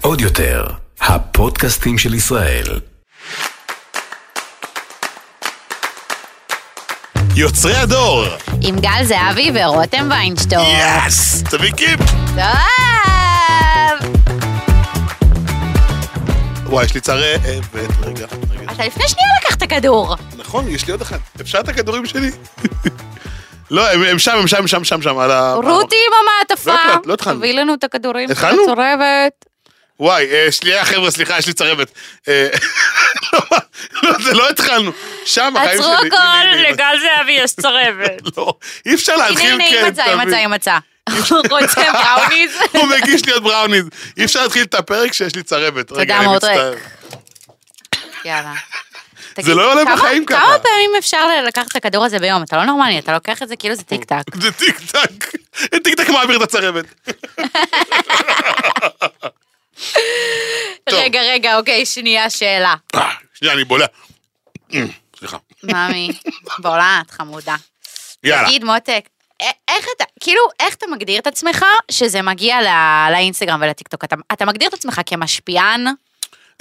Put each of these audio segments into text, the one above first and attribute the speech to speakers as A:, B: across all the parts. A: עוד יותר, הפודקאסטים של ישראל.
B: יוצרי הדור!
C: עם גל זהבי ורותם ויינשטור.
B: יאס! תביא קיפ!
C: טוב!
B: וואי, יש לי צרבת, רגע, רגע.
C: אתה לפני שנייה לקחת כדור.
B: נכון, יש לי עוד אחת. אפשר את הכדורים שלי? לא, הם הם שם, הם שם, שם, שם, שם, על ה...
C: רותי עם המעטפה.
B: לא התחלנו, לא התחלנו.
C: תביא לנו את הכדורים של
B: התחלנו?
C: הצורבת.
B: וואי, אה, שנייה, חבר'ה, סליחה, יש לי צרבת. אה, לא, לא, זה לא התחלנו. שם, החיים שלי.
C: עצרו הכל,
B: הנה, הנה,
C: לגל זהבי יש צורבת.
B: לא, אי אפשר להתחיל,
C: הנה,
B: כן,
C: הנה, היא מצאה, היא
B: תבין.
C: מצאה, היא מצאה. רוצה בראוניז?
B: הוא מגיש לי עוד בראוניז. אי אפשר להתחיל את הפרק כשיש לי צרבת. רגע,
C: תודה,
B: אני
C: מאוד ריק.
B: מצטער.
C: יאללה.
B: זה לא עולה
C: תגיד,
B: בחיים
C: כמה-
B: ככה.
C: כמה פעמים אפשר ל- לקחת את הכדור הזה ביום? אתה לא נורמלי, אתה לוקח את זה כאילו זה טיק טק.
B: זה טיק טק. טיק טק מעביר את הצרבת. טוב.
C: רגע, רגע, אוקיי, שנייה, שאלה.
B: אה, שנייה, אני בולע. אה, סליחה.
C: ממי, בולה, את חמודה.
B: יאללה.
C: תגיד, מותק, א- איך אתה, כאילו, איך אתה מגדיר את עצמך שזה מגיע ל- לאינסטגרם ולטיקטוק? אתה- אתה מגדיר את עצמך כמשפיען?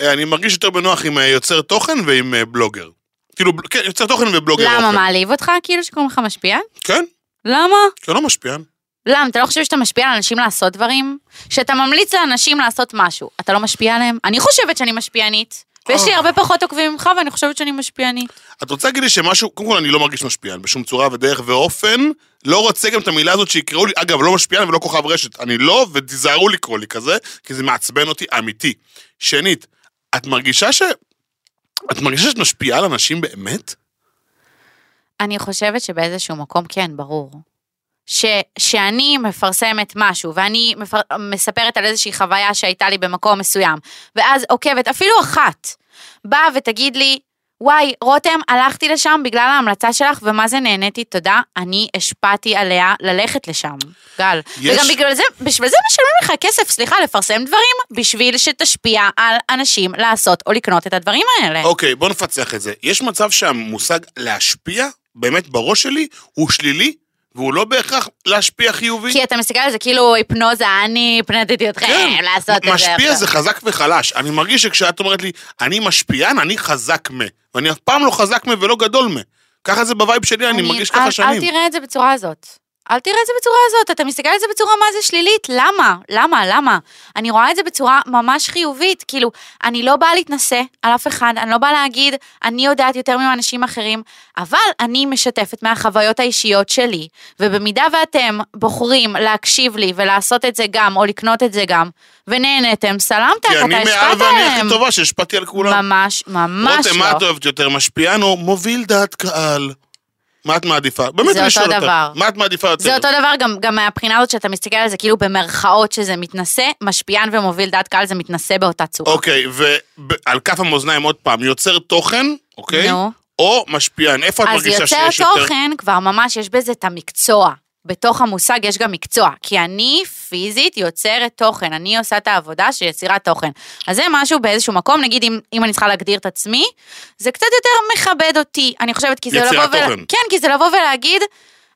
B: אה, אני מרגיש יותר בנוח עם אה, יוצר תוכן ועם אה, בלוגר. כאילו, בל- כן, יוצר תוכן ובלוגר.
C: למה,
B: אוכל.
C: מעליב אותך כאילו שקוראים לך משפיען?
B: כן,
C: למה?
B: כי אני לא משפיען.
C: למה? אתה לא חושב שאתה משפיע על אנשים לעשות דברים? שאתה ממליץ לאנשים לעשות משהו, אתה לא משפיע עליהם? אני חושבת שאני משפיענית, ויש לי הרבה פחות עוקבים ממך, ואני חושבת שאני משפיענית.
B: את רוצה להגיד לי שמשהו, קודם כל אני לא מרגיש משפיען בשום צורה ודרך ואופן, לא רוצה גם את המילה הזאת שיקראו לי, אגב, לא משפיען ולא כוכב רשת, אני לא, ותיזהרו לקרוא לי כזה, כי זה מעצבן אותי אמיתי. שנית, את מרגישה ש... את מרגישה שאת משפיעה על אנשים באמת?
C: אני חושבת שבאיזשהו מקום כן, ברור. ש, שאני מפרסמת משהו, ואני מפר, מספרת על איזושהי חוויה שהייתה לי במקום מסוים, ואז עוקבת, אפילו אחת, באה ותגיד לי, וואי, רותם, הלכתי לשם בגלל ההמלצה שלך, ומה זה נהניתי, תודה, אני השפעתי עליה ללכת לשם, גל.
B: יש-
C: יש... וגם בגלל זה, בשביל זה משלמים לך כסף, סליחה, לפרסם דברים, בשביל שתשפיע על אנשים לעשות או לקנות את הדברים האלה.
B: אוקיי, בוא נפצח את זה. יש מצב שהמושג להשפיע, באמת בראש שלי, הוא שלילי, והוא לא בהכרח להשפיע חיובי?
C: כי אתה מסתכל על זה כאילו היפנוזה, אני הפנדתי אתכם לעשות את זה.
B: כן, משפיע זה חזק וחלש. אני מרגיש שכשאת אומרת לי, אני משפיען, אני חזק מה. ואני אף פעם לא חזק מה ולא גדול מה. ככה זה בווייב שלי, אני מרגיש
C: אל-
B: ככה
C: אל
B: שנים.
C: תראה את זה בצורה הזאת. אל תראה את זה בצורה הזאת, אתה מסתכל על זה בצורה מה זה שלילית, למה? למה? למה? אני רואה את זה בצורה ממש חיובית, כאילו, אני לא באה להתנשא על אף אחד, אני לא באה להגיד, אני יודעת יותר מאנשים אחרים, אבל אני משתפת מהחוויות האישיות שלי, ובמידה ואתם בוחרים להקשיב לי ולעשות את זה גם, או לקנות את זה גם, ונהנתם, סלמת,
B: כי
C: אתה
B: אני מעל
C: השפעת
B: ואני הכי
C: עליהם.
B: טובה שהשפעתי על כולם.
C: ממש, ממש
B: רותם,
C: לא.
B: מה את אוהבת יותר, משפיען או מוביל דעת קהל? מה את מעדיפה? באמת
C: זה
B: אני
C: אותו
B: שואל אותך.
C: דבר.
B: מה את מעדיפה יותר?
C: זה אותו דבר גם, גם מהבחינה הזאת שאתה מסתכל על זה כאילו במרכאות שזה מתנשא, משפיען ומוביל דעת קהל זה מתנשא באותה צורה.
B: אוקיי, ועל כף המאזניים עוד פעם, יוצר תוכן, אוקיי?
C: נו.
B: או משפיען. איפה את
C: אז
B: מרגישה שיש יותר...
C: יוצר תוכן כבר ממש יש בזה את המקצוע. בתוך המושג יש גם מקצוע, כי אני פיזית יוצרת תוכן, אני עושה את העבודה של יצירת תוכן. אז זה משהו באיזשהו מקום, נגיד אם, אם אני צריכה להגדיר את עצמי, זה קצת יותר מכבד אותי, אני חושבת, כי זה
B: יצירת
C: לבוא...
B: תוכן.
C: כן, כי זה לבוא ולהגיד,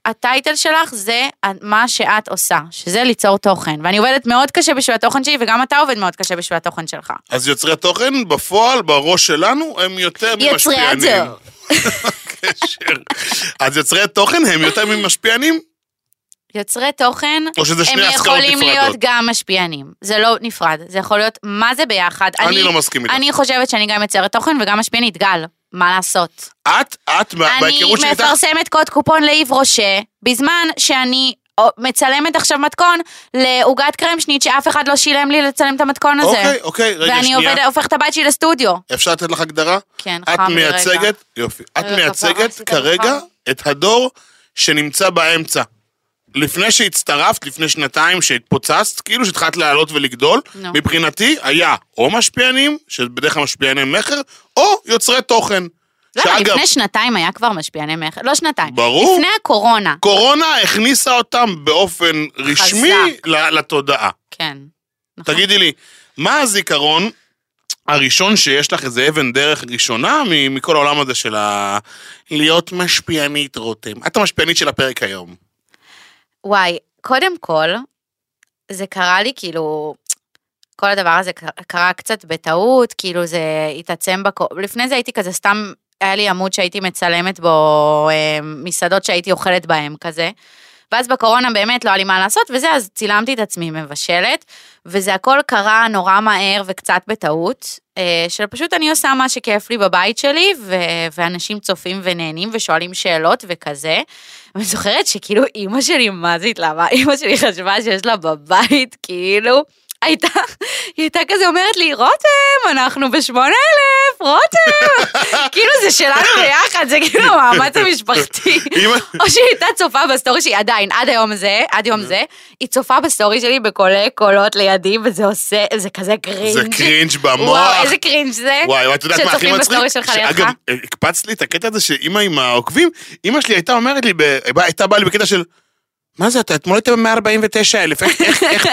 C: הטייטל שלך זה מה שאת עושה, שזה ליצור תוכן. ואני עובדת מאוד קשה בשביל התוכן שלי, וגם אתה עובד מאוד קשה בשביל התוכן שלך.
B: אז יוצרי תוכן בפועל, בראש שלנו, הם יותר
C: יוצרי
B: ממשפיענים.
C: הדור.
B: קשר. אז יוצרי תוכן הם יותר ממשפיענים?
C: יוצרי תוכן,
B: או שזה שני
C: הם
B: השכלות
C: יכולים
B: נפרדות?
C: להיות גם משפיענים. זה לא נפרד, זה יכול להיות מה זה ביחד.
B: אני לא מסכים איתך.
C: אני חושבת שאני גם יוצרת תוכן וגם משפיענית, גל, מה לעשות?
B: את, את, מה-
C: אני
B: אה, בהיכרות שלי איתך,
C: מפרסמת קוד קופון לאיב רושה, בזמן שאני... או- מצלמת עכשיו מתכון לעוגת קרמשנית שאף אחד לא שילם לי לצלם את המתכון הזה.
B: אוקיי, אוקיי, רגע,
C: ואני
B: שנייה.
C: עובד- הופך את הבית שלי לסטודיו. לא,
B: אפשר לתת לך הגדרה?
C: כן,
B: את
C: חם לי רגע.
B: מייצגת, יופי, את
C: רגע, כפרה,
B: מייצגת
C: עשית
B: כרגע
C: לך?
B: את הדור שנמצא באמצע. לפני שהצטרפת, לפני שנתיים שהתפוצצת, כאילו שהתחלת לעלות ולגדול,
C: נו.
B: מבחינתי היה או משפיענים, שבדרך כלל משפיעני מכר, או יוצרי תוכן.
C: למה?
B: שאגב,
C: לא, לפני שנתיים היה כבר משפיעני מכר, לא שנתיים.
B: ברור.
C: לפני הקורונה.
B: קורונה הכניסה אותם באופן רשמי
C: חזק.
B: ל- לתודעה.
C: כן. נכון.
B: תגידי לי, מה הזיכרון הראשון שיש לך איזה אבן דרך ראשונה מ- מכל העולם הזה של ה... להיות משפיענית, רותם? את המשפיענית של הפרק היום.
C: וואי, קודם כל, זה קרה לי כאילו, כל הדבר הזה ק- קרה קצת בטעות, כאילו זה התעצם בקו... לפני זה הייתי כזה סתם, היה לי עמוד שהייתי מצלמת בו אה, מסעדות שהייתי אוכלת בהן כזה. ואז בקורונה באמת לא היה לי מה לעשות וזה, אז צילמתי את עצמי מבשלת, וזה הכל קרה נורא מהר וקצת בטעות, אה, של פשוט אני עושה מה שכיף לי בבית שלי, ו- ואנשים צופים ונהנים ושואלים שאלות וכזה. אני זוכרת שכאילו אימא שלי, מה זה התלהבה? אימא שלי חשבה שיש לה בבית, כאילו, הייתה, היא הייתה כזה אומרת לי, רותם, אנחנו בשמונה אלף, רותם. כאילו זה שלנו ביחד, זה כאילו המאמץ המשפחתי.
B: אימא-
C: או שהיא הייתה צופה בסטורי שלי, עדיין, עד היום זה, עד יום זה, היא צופה בסטורי שלי בקולי קולות לידי, וזה עושה, זה כזה קרינג'.
B: זה קרינג' במוח.
C: וואו, איזה קרינג' זה.
B: וואי, את יודעת מה הכי
C: שצופים
B: מצחיק?
C: בסטורי שלך לידך.
B: שאגב, הקפצת לי את הקטע הזה שאימא עם העוקבים, אימא שלי הייתה אומרת לי, ב- הייתה באה לי בקטע של, מה זה אתה, אתמול הייתם ב-149 אלף, איך- איך- איך-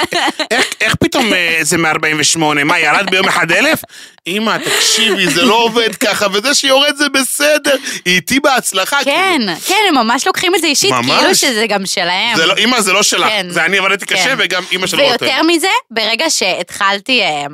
B: איך- איך פתאום אה, זה 148, מה, ירד ביום אחד אלף? אימא, תקשיבי, זה לא עובד ככה, וזה שיורד זה בסדר, היא איתי בהצלחה.
C: כן, כן, הם ממש לוקחים את זה אישית,
B: ממש.
C: כאילו שזה גם שלהם.
B: כאילו. זה לא- אימא, זה לא שלך,
C: כן.
B: זה אני עבדתי קשה,
C: כן.
B: וגם לא אימא של רותם.
C: ויותר מזה, ברגע שהתחלתי אה,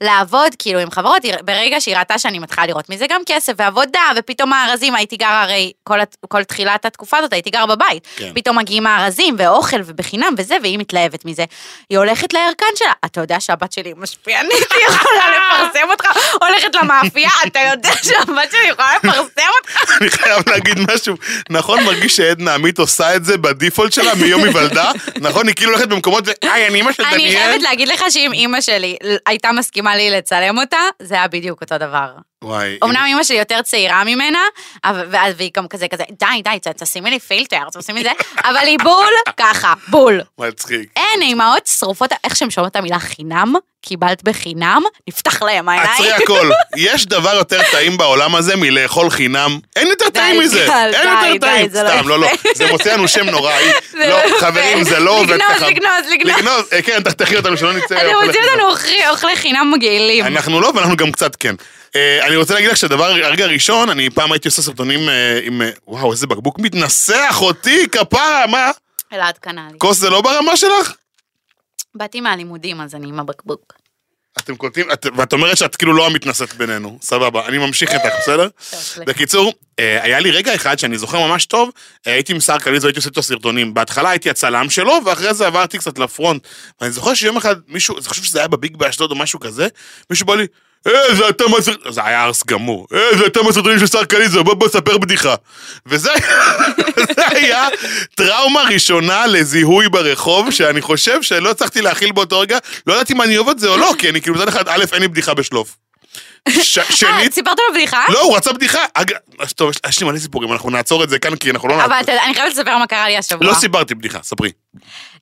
C: לעבוד, כאילו, עם חברות, היא- ברגע שהיא ראתה שאני מתחילה לראות מזה גם כסף ועבודה, ופתאום הארזים, הייתי גרה הרי, כל, הת- כל תחילת התקופה הזאת הייתי גרה בבית.
B: כן.
C: פתאום מגיעים הארזים, ואוכל, ובחינם, וזה, והיא מתלהבת מזה. היא הולכת לירקן שלה, אתה יודע שהבת שלי משפיענית, היא יכולה לפרסם אותך, הולכת למאפייה, אתה יודע שהבת שלי יכולה לפרסם אותך.
B: אני חייב להגיד משהו. נכון, מרגיש שעדנה עמית עושה את זה בדיפולט שלה מיום היוולדה? נכון, היא כאילו הולכת במקומות, ו- היי, אני אמא של
C: אני
B: דניאל.
C: חייבת להגיד לך שאם אימא שלי הייתה מסכימה לי לצלם אותה, זה היה בדיוק אותו דבר.
B: וואי.
C: אמנם אמא שלי יותר צעירה ממנה, אבל- ואז והיא גם כזה כזה, די, די, ת- תשימי לי פילטר, תשימי זה, אבל היא בול ככה, בול.
B: מצחיק.
C: אין, אימהות שרופות, איך שהן שומעות את המילה חינם, קיבלת בחינם, נפתח להם העיניים.
B: עצרי הכל. יש דבר יותר טעים בעולם הזה מלאכול חינם. אין יותר טעים מזה.
C: גל,
B: אין
C: די,
B: יותר
C: די,
B: טעים.
C: זה לא
B: סתם, לא, לא.
C: יפה.
B: זה מוצא לנו שם נוראי.
C: זה לא
B: לא,
C: יפה.
B: חברים, זה לא עובד
C: לגנוז,
B: ככה.
C: לגנוז, לגנוז.
B: אה, כן, תחתכי אותנו, שלא נצא.
C: אתם
B: אוכלי
C: מוצאים
B: חינם.
C: אותנו אוכלי- אוכלי חינם מגעילים.
B: אנחנו לא, ואנחנו גם קצת כן. אה, אני רוצה להגיד לך שהדבר, הרגע הראשון, אני פעם הייתי עושה סרטונים אה, עם... אה, וואו, איזה בקבוק מתנשא, אחותי, כפרה, מה?
C: אלעד קנה לי.
B: כוס זה לא ברמה שלך?
C: באתי מהלימודים, אז אני עם הבקבוק.
B: אתם קולטים, את, ואת אומרת שאת כאילו לא המתנשאת בינינו, סבבה, אני ממשיך איתך, בסדר?
C: סליחה.
B: בקיצור, אה, היה לי רגע אחד שאני זוכר ממש טוב, אה, הייתי עם שר קליזו, הייתי עושה איתו סרטונים. בהתחלה הייתי הצלם שלו, ואחרי זה עברתי קצת לפרונט. ואני זוכר שיום אחד מישהו, אני חושב שזה היה בביג באשדוד או משהו כזה, מישהו בא לי, אה, זה אתה מהסרט... זה היה ארס גמור. אה, זה אתה מהסרטונים של שר קליזו, בוא בוא ספר בדיחה. וזה זה היה טראומה ראשונה לזיהוי ברחוב, שאני חושב שלא הצלחתי להכיל באותו רגע, לא ידעתי אם אני אוהב את זה או לא, כי אני כאילו מצד אחד, א', אין לי בדיחה בשלוף. ש-
C: אה,
B: שנית,
C: סיפרת לו בדיחה?
B: לא, הוא רצה בדיחה. אגב, אז טוב, יש- יש לי מלא סיפורים, אנחנו נעצור את זה כאן, כי אנחנו לא
C: אבל
B: נעצור.
C: אתה- אני חייבת לספר מה קרה לי השבוע.
B: לא סיפרתי בדיחה, ספרי.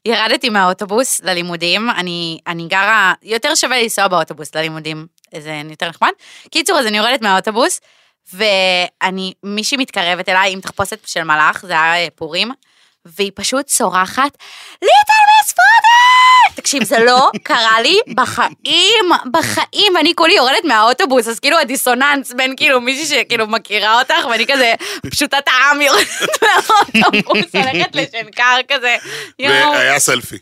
C: ירדתי מהאוטובוס ללימודים, אני, אני גרה, יותר שווה לי לנסוע באוטובוס ללימודים, זה יותר נחמד. קיצור, אז אני יורדת מהאוטובוס, ואני, מישהי מתקרבת אליי עם תחפושת של מלאך, זה היה אה, פורים, והיא פשוט צורחת, ליטל מיס פודל! תקשיב, זה לא קרה לי בחיים, בחיים, ואני כולי יורדת מהאוטובוס, אז כאילו הדיסוננס בין כאילו מישהי שכאילו מכירה אותך, ואני כזה פשוטת העם יורדת מהאוטובוס, הולכת לשנקר כזה, יואו.
B: והיה סלפי.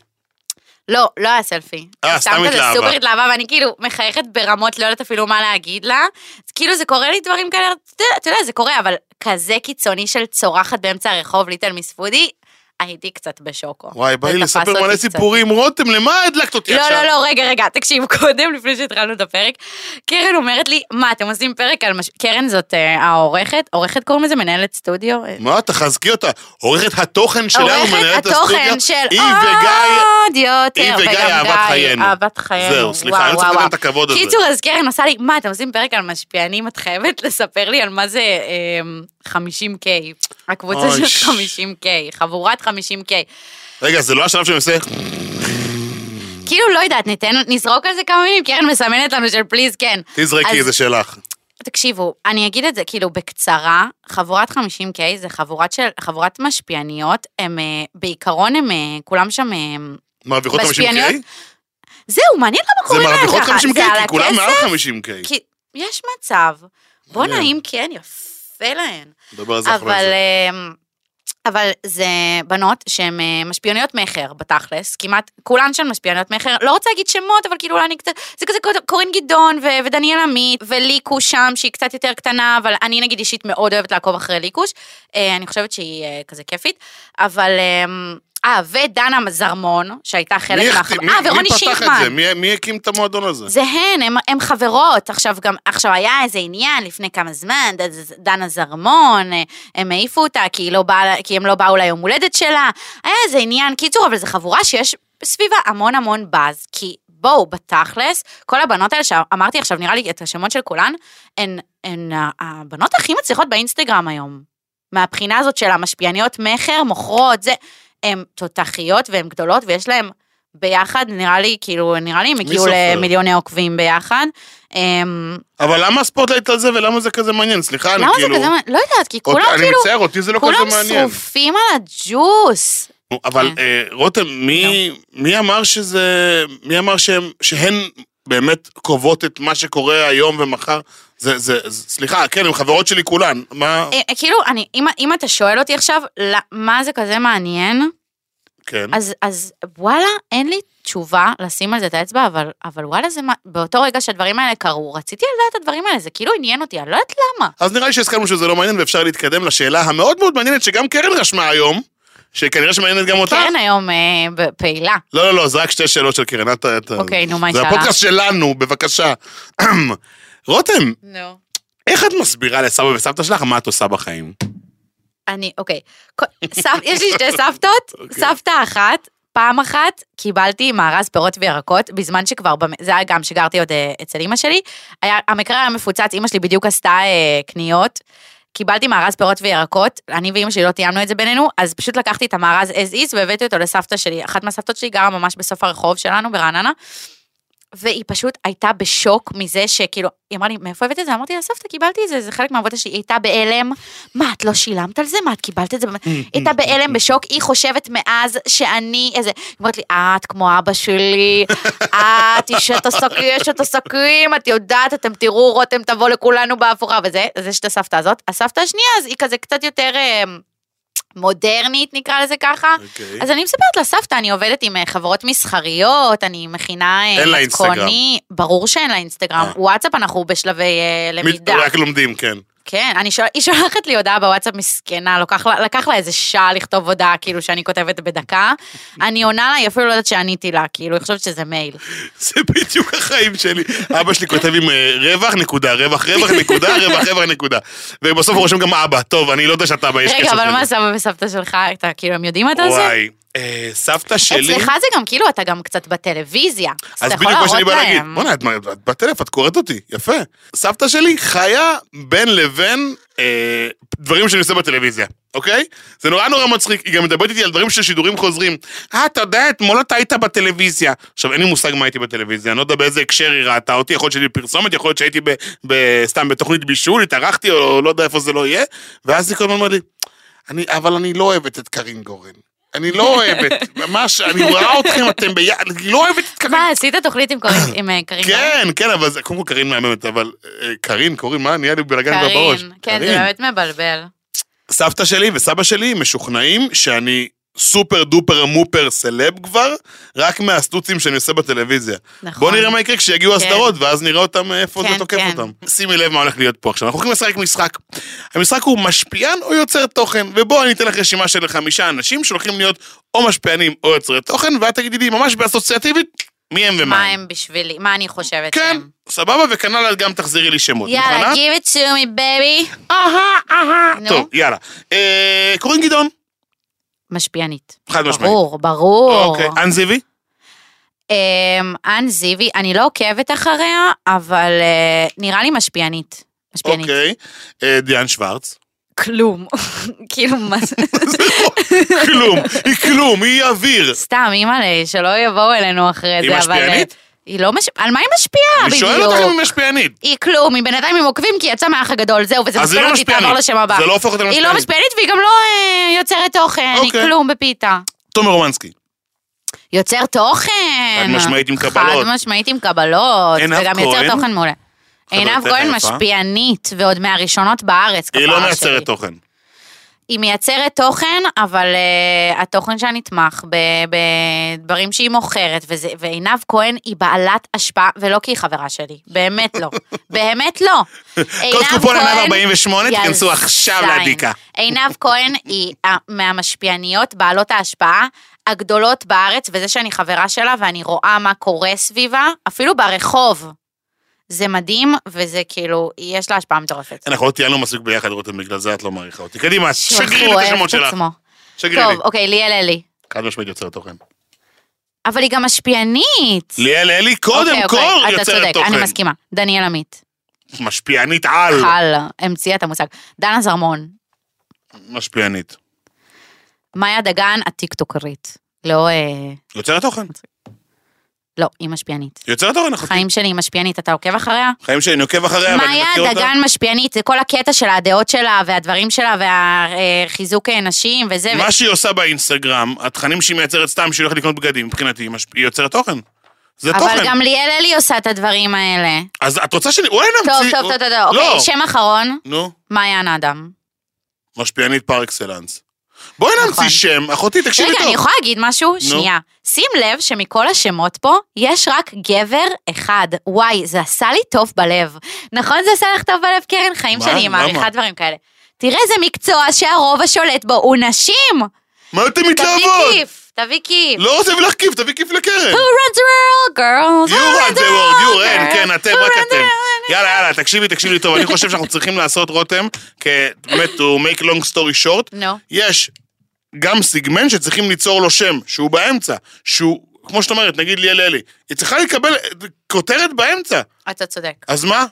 C: לא, לא היה סלפי.
B: אה,
C: סתם
B: סתם
C: כזה
B: התלהבה.
C: סופר התלהבה, ואני כאילו מחייכת ברמות, לא יודעת אפילו מה להגיד לה. אז כאילו זה קורה לי דברים כאלה, אתה יודע- אתה יודע, זה קורה, אבל כזה קיצוני של צורחת באמצע הרחוב, ליטל מיס פודי, הייתי קצת בשוקו.
B: וואי, בא
C: זה
B: לי
C: תפס
B: לספר
C: אותי
B: מלא
C: קצת.
B: סיפורים. רותם, למה הדלקת אותי
C: לא,
B: עכשיו?
C: לא, לא, רגע, רגע, תקשיב, קודם, לפני שהתחלנו את הפרק, קרן אומרת לי, מה, אתם עושים פרק על... מש... קרן זאת אה, העורכת, עורכת קוראים לזה מנהלת סטודיו? אה,
B: מה, תחזקי אותה. עורכת התוכן שלנו,
C: עורכת
B: מנהלת הסטודיו,
C: התוכן של אה!
B: היא וגיא...
C: עוד יותר,
B: היא וגיא
C: וגם
B: אהבת
C: גיא,
B: חיינו.
C: אהבת חיינו.
B: זהו, סליחה,
C: וואו,
B: אני רוצה לתת
C: וואו,
B: להם
C: וואו.
B: את הכבוד הזה.
C: קיצור, אז קרן עשה לי, מה, אתם עושים פרק על משפיענים, את חייבת לספר לי על מה זה אה, 50K. הקבוצה
B: אוי, ש-
C: של 50K, חבורת 50K.
B: רגע, זה לא השלב שאני עושה...
C: כאילו, לא יודעת, ניתן, נזרוק על זה כמה מילים, קרן מסמנת לנו של פליז, כן.
B: תזרקי,
C: אז-
B: זה שלך.
C: תקשיבו, אני אגיד את זה כאילו בקצרה, חבורת 50K זה חבורת של, חבורת משפיעניות, הם אה, בעיקרון הם, אה, כולם שם, אה,
B: מרוויחות 50K?
C: משפיעניות? זהו, מעניין
B: זה
C: למה קוראים להם
B: מרוויחות
C: ככה,
B: 50K,
C: זה על
B: כי כולם מעל
C: הכסף?
B: 50K.
C: כי יש מצב. בואנה,
B: מעניין.
C: אם כן, יפה להן.
B: נדבר על זה אחרי
C: אבל
B: זה.
C: אמ, אבל זה בנות שהן אה, משפיעוניות מכר בתכלס, כמעט כולן שהן משפיעוניות מכר, לא רוצה להגיד שמות, אבל כאילו אולי אני קצת, זה כזה קור- קורין גדעון ו- ודניאל עמית וליקו שם, שהיא קצת יותר קטנה, אבל אני נגיד אישית מאוד אוהבת לעקוב אחרי ליקוש, אה, אני חושבת שהיא אה, כזה כיפית, אבל... אה, אה, ודנה זרמון, שהייתה
B: מי
C: חלק
B: הכתיב-
C: מהחברה,
B: מי-
C: אה, ורוני
B: מי פתח
C: שינקמן.
B: את זה? מי- מי הקים את המועדון הזה?
C: זה הן, הן- הן חברות. עכשיו גם, עכשיו היה איזה עניין לפני כמה זמן, ד- ד- דנה זרמון, אה, הם העיפו אותה כי, היא לא באה, כי הם לא באו ליום הולדת שלה. היה איזה עניין, קיצור, אבל זו חבורה שיש סביבה המון המון באז, כי בואו, בתכלס, כל הבנות האלה שאמרתי עכשיו, נראה לי את השמות של כולן, הן, הן ה- הבנות הכי מצליחות באינסטגרם היום. מהבחינה הזאת של המשפיעניות מכר, מוכרות, זה, הן תותחיות והן גדולות ויש להן ביחד, נראה לי, כאילו, נראה לי הם הגיעו
B: סופר?
C: למיליוני עוקבים ביחד. אמ,
B: אבל למה הספוטלייט על זה ולמה זה כזה מעניין? סליחה, אני
C: למה זה
B: כאילו...
C: כזה, מעניין? לא יודעת, כי כולם
B: אותי- אני
C: כאילו,
B: מצטער, אותי זה לא
C: כולם
B: כזה מעניין.
C: שרופים על הג'וס.
B: נו, אבל
C: כן. לא.
B: אה, רותם, מי, מי אמר שזה... מי אמר שהם, שהן באמת קובעות את מה שקורה היום ומחר? זה, זה, זה, סליחה, כן, הם חברות שלי כולן. מה...
C: אה, כאילו, אני, אם, אם אתה שואל אותי עכשיו, "לא, מה זה כזה מעניין,
B: כן.
C: אז, אז וואלה, אין לי תשובה לשים על זה את האצבע, אבל, אבל וואלה, זה מה, באותו רגע שהדברים האלה קרו, רציתי לדעת את הדברים האלה, זה כאילו עניין אותי, אני לא יודעת למה.
B: אז נראה לי שהסכמנו שזה לא מעניין ואפשר להתקדם לשאלה המאוד מאוד מעניינת שגם קרן רשמה היום, שכנראה שמעניינת גם אותה.
C: קרן היום אה, ב- פעילה.
B: לא, לא, לא, זה רק שתי שאלות של קרן. את- את-
C: אוקיי, נו, מה היא
B: זה
C: שאלה?
B: הפודקאסט שלנו, בבקשה. רותם,
C: נו.
B: איך את מסבירה לסבא וסבתא שלך מה את עושה בחיים?
C: אני, אוקיי. כל- סב- יש לי שתי סבתות, סבתא אחת. פעם אחת קיבלתי מארז פירות וירקות, בזמן שכבר, במ- זה היה גם שגרתי עוד אה, אצל אימא שלי. היה, המקרר היה מפוצץ, אימא שלי בדיוק עשתה אה, קניות. קיבלתי מארז פירות וירקות, אני ואימא שלי לא תיאמנו את זה בינינו, אז פשוט לקחתי את המארז as is והבאתי אותו לסבתא שלי. אחת מהסבתות שלי גרה ממש בסוף הרחוב שלנו ברעננה, והיא פשוט הייתה בשוק מזה שכאילו, היא אמרה לי, מאיפה הבאת את זה? אמרתי לה, סבתא, קיבלתי את זה, זה חלק מהעבודה שלי. היא הייתה בהלם, מה, את לא שילמת על זה? מה, את קיבלת את זה? באמת?" היא הייתה בהלם, בשוק, היא חושבת מאז שאני איזה... היא אומרת לי, את כמו אבא שלי, את אישת עסקים, אשת עסקים, את יודעת, אתם תראו, רותם תבוא לכולנו בהפוכה וזה, אז יש את הסבתא הזאת. הסבתא השנייה, אז היא כזה קצת יותר... אה, מודרנית נקרא לזה ככה,
B: אוקיי.
C: אז אני מספרת לסבתא, אני עובדת עם אה, חברות מסחריות, אני מכינה אה,
B: אין לה אינסטגרם.
C: ברור שאין לה אינסטגרם,
B: אה.
C: וואטסאפ אנחנו בשלבי אה, למידה.
B: רק לומדים, כן.
C: כן, אני שואל, היא שולחת לי הודעה בוואטסאפ מסכנה, לוקח, לה- לקח לה איזה שעה לכתוב הודעה, כאילו, שאני כותבת בדקה. אני עונה לה, היא אפילו לא יודעת שעניתי לה, כאילו, היא חושבת שזה מייל.
B: זה בדיוק החיים שלי. אבא שלי כותב עם אה, רווח, נקודה, רווח, רווח, נקודה, רווח, רווח, נקודה. ובסוף הוא רושם גם אבא, טוב, אני לא יודע שאתה אבא, יש
C: רגע, אבל
B: בינינו."
C: מה סבא וסבתא שלך, אתה כאילו, הם יודעים מה אתה עושה?
B: וואי, אה, סבתא שלי...
C: אצלך זה גם כאילו, אתה גם קצת בטלוויזיה. אז
B: אז
C: אתה יכול
B: בדיוק מה שאני
C: להראות
B: בא להגיד,
C: להם.
B: בוא'נה, את את בטלפון, את קוראת אותי, יפה. סבתא שלי חיה בין לבין אה, דברים שאני עושה בטלוויזיה, אוקיי? זה נורא נורא מצחיק, היא גם מדברת איתי על דברים של שידורים חוזרים. אה, אתה יודע, אתמול אתה היית בטלוויזיה. עכשיו, אין לי מושג מה הייתי בטלוויזיה, אני לא יודע באיזה הקשר היא ראתה אותי, יכול להיות שהייתי בפרסומת, יכול להיות שהייתי ב- ב- סתם בתוכנית בישול, התארחתי, או לא יודע איפה זה לא יהיה, ואז היא כל הזמן אומרת לי, אני, אבל אני לא אוהבת את קרין גורן. אני לא אוהבת, ממש, אני רואה אתכם, אתם ביחד, אני לא אוהבת את קרין
C: מה, עשית תוכנית עם קורין- עם אה, קרין?
B: כן, כן, אבל זה, קודם כל קרין מהממת, אבל אה, קרין, קורין, מה, נהיה לי בלאגן כבר בראש.
C: קרין, כן, זה באמת מבלבל.
B: סבתא שלי וסבא שלי משוכנעים שאני סופר דופר מופר סלב כבר, רק מהסטוצים שאני עושה בטלוויזיה.
C: נכון.
B: בוא נראה מה יקרה כשיגיעו
C: כן.
B: הסדרות, ואז נראה אותם, אה, איפה
C: כן,
B: זה תוקף
C: כן.
B: אותם. שימי לב מה הולך להיות פה עכשיו. אנחנו הולכים לשחק משחק. המשחק הוא משפיען או יוצר תוכן, ובוא אני אתן לך רשימה של חמישה אנשים שהולכים להיות או משפיענים או יוצרי תוכן, ואת תגידי לי ממש באסוציאטיבית מי הם ומה
C: מה
B: הם.
C: הם בשבילי, מה אני חושבת
B: כן,
C: עליהם.
B: סבבה, וכנ"ל גם תחזירי לי שמות.
C: יאללה,
B: מוכנה?
C: give it to me, baby.
B: אהה, אהה.
C: נו.
B: טוב, יאללה. אה, קורין גדעון,
C: משפיענית.
B: חד משמעית.
C: ברור, כן, ברור.
B: אוקיי, אן זיוי?
C: אמ, אן זיוי, אני לא עוקבת אחריה, אבל אה, נראה לי משפיענית. משפיענית.
B: אוקיי. אה, דיאן שוורץ? לא,
C: כלום. כאילו, מה זה?
B: כלום, היא כלום, היא אוויר.
C: סתם, אימא'לה, שלא יבואו אלינו אחרי
B: היא
C: זה, אבל... אה,
B: משפיענית?
C: היא לא מש... על מה היא משפיעה
B: אני
C: בדיוק?
B: שואל אותך אם היא משפיענית.
C: היא כלום, היא בינתיים הם עוקבים כי היא יצאה מהאח הגדול, זהו, וזה
B: אז היא
C: מספיק
B: לא
C: אותי,
B: משפיענית.
C: תעבור לשם הבא.
B: זה לא הופך אותה
C: היא לא
B: למשפיענית.
C: משפיענית והיא גם לא אה, יוצרת תוכן, היא
B: אוקיי.
C: כלום בפיתה.
B: תומר רומנסקי.
C: יוצר תוכן.
B: חד משמעית עם קבלות.
C: חד משמעית עם קבלות.
B: עינב
C: וגם
B: כהן.
C: יוצר תוכן מעולה. עינב
B: חברתך
C: כהן
B: היפה.
C: משפיענית, ועוד מהראשונות בארץ.
B: היא
C: כפרה
B: לא
C: שלי.
B: מייצרת תוכן.
C: היא מייצרת תוכן, אבל uh, התוכן שלה נתמך ב- בדברים שהיא מוכרת, וזה, ועינב כהן היא בעלת השפעה, ולא כי היא חברה שלי, באמת לא. באמת לא.
D: קוד
C: עינב
D: קופון ענב
C: כהן
D: 48,
C: היא
D: תיכנסו
C: על
D: עכשיו
C: זין.
D: להדיקה.
C: עינב כהן היא ה- מהמשפיעניות, בעלות ההשפעה. הגדולות בארץ, וזה שאני חברה שלה ואני רואה מה קורה סביבה, אפילו ברחוב. זה מדהים, וזה כאילו, יש לה השפעה מטורפת.
B: אנחנו לא טיילנו מספיק ביחד, רותם, בגלל זה את לא מעריכה אותי. קדימה,
C: שהוא
B: שגרי לי את
C: אוהב
B: השמות שלך.
C: עצמו.
B: שגרי לי.
C: טוב, אוקיי, ליאל אלי.
B: חד משמעית יוצרת תוכן.
C: אבל היא גם משפיענית.
B: ליאל אלי לא, קודם
C: אוקיי,
B: כל
C: אוקיי,
B: יוצרת
C: אתה צודק, אני
B: תוכן.
C: מסכימה. דניאל עמית.
B: משפיענית על.
C: חל, המציאה את המושג. דנה זרמון,
B: משפיענית.
C: מאיה דגן, הטיקטוקרית. לא, אה,
B: יוצרת תוכן.
C: לא, היא משפיענית.
B: יוצרת תוכן, אחותי.
C: חיים שלי היא משפיענית, אתה עוקב אחריה?
B: חיים שאני עוקב אחריה, ואני
C: מאיה
B: אה, מכיר אותה.
C: דגן משפיענית, זה כל הקטע שלה, הדעות שלה, והדברים שלה, והחיזוק אה, נשים, וזה. ו-
B: מה שהיא עושה באינסטגרם, התכנים שהיא מייצרת סתם, שהיא הולכת לקנות בגדים, מבחינתי, היא משפ- היא יוצרת תוכן. זה
C: אבל
B: תוכן.
C: גם ליאל אלי עושה את הדברים האלה.
B: אז את רוצה שאני... אולי
C: טוב,
B: נמציא...
C: טוב, טוב, טוב, טוב,
B: לא.
C: אוקיי, שם אחרון,
B: נו,
C: מאיה נאדם.
B: משפיענית פר אקסלנס. בואי נמציא
C: נכון.
B: שם, אחותי, תקשיבי
C: רגע,
B: טוב.
C: אני יכולה להגיד משהו? שנייה. שים לב שמכל השמות פה, יש רק גבר אחד. וואי, זה עשה לי טוב בלב. נכון זה עשה לך טוב בלב, קרן? חיים
B: מה?
C: שלי, היא
B: למה?
C: מעריכה דברים כאלה. תראה איזה מקצוע שהרוב השולט בו הוא נשים!
B: מה אתם
C: תביא
B: מתלהבות?
C: כיף, תביא כיף.
B: לא רוצה לך כיף, תביא כיף לקרן.
C: Who runs the world, girls?
B: You
C: Who
B: run
C: runs
B: the world, you run,
C: girls?
B: כן, אתם,
C: Who
B: רק
C: runs the
B: אתם.
C: world?
B: יאללה, יאללה, תקשיבי, תקשיבי טוב, אני חושב שאנחנו צריכים לעשות, רותם, כ- באמת, to make long story short,
C: נו.
B: יש גם סגמנט שצריכים ליצור לו שם, שהוא באמצע, שהוא, כמו שאת אומרת, נגיד ליאל אלי, היא צריכה לקבל כותרת באמצע,
C: אתה צודק,
B: אז מה?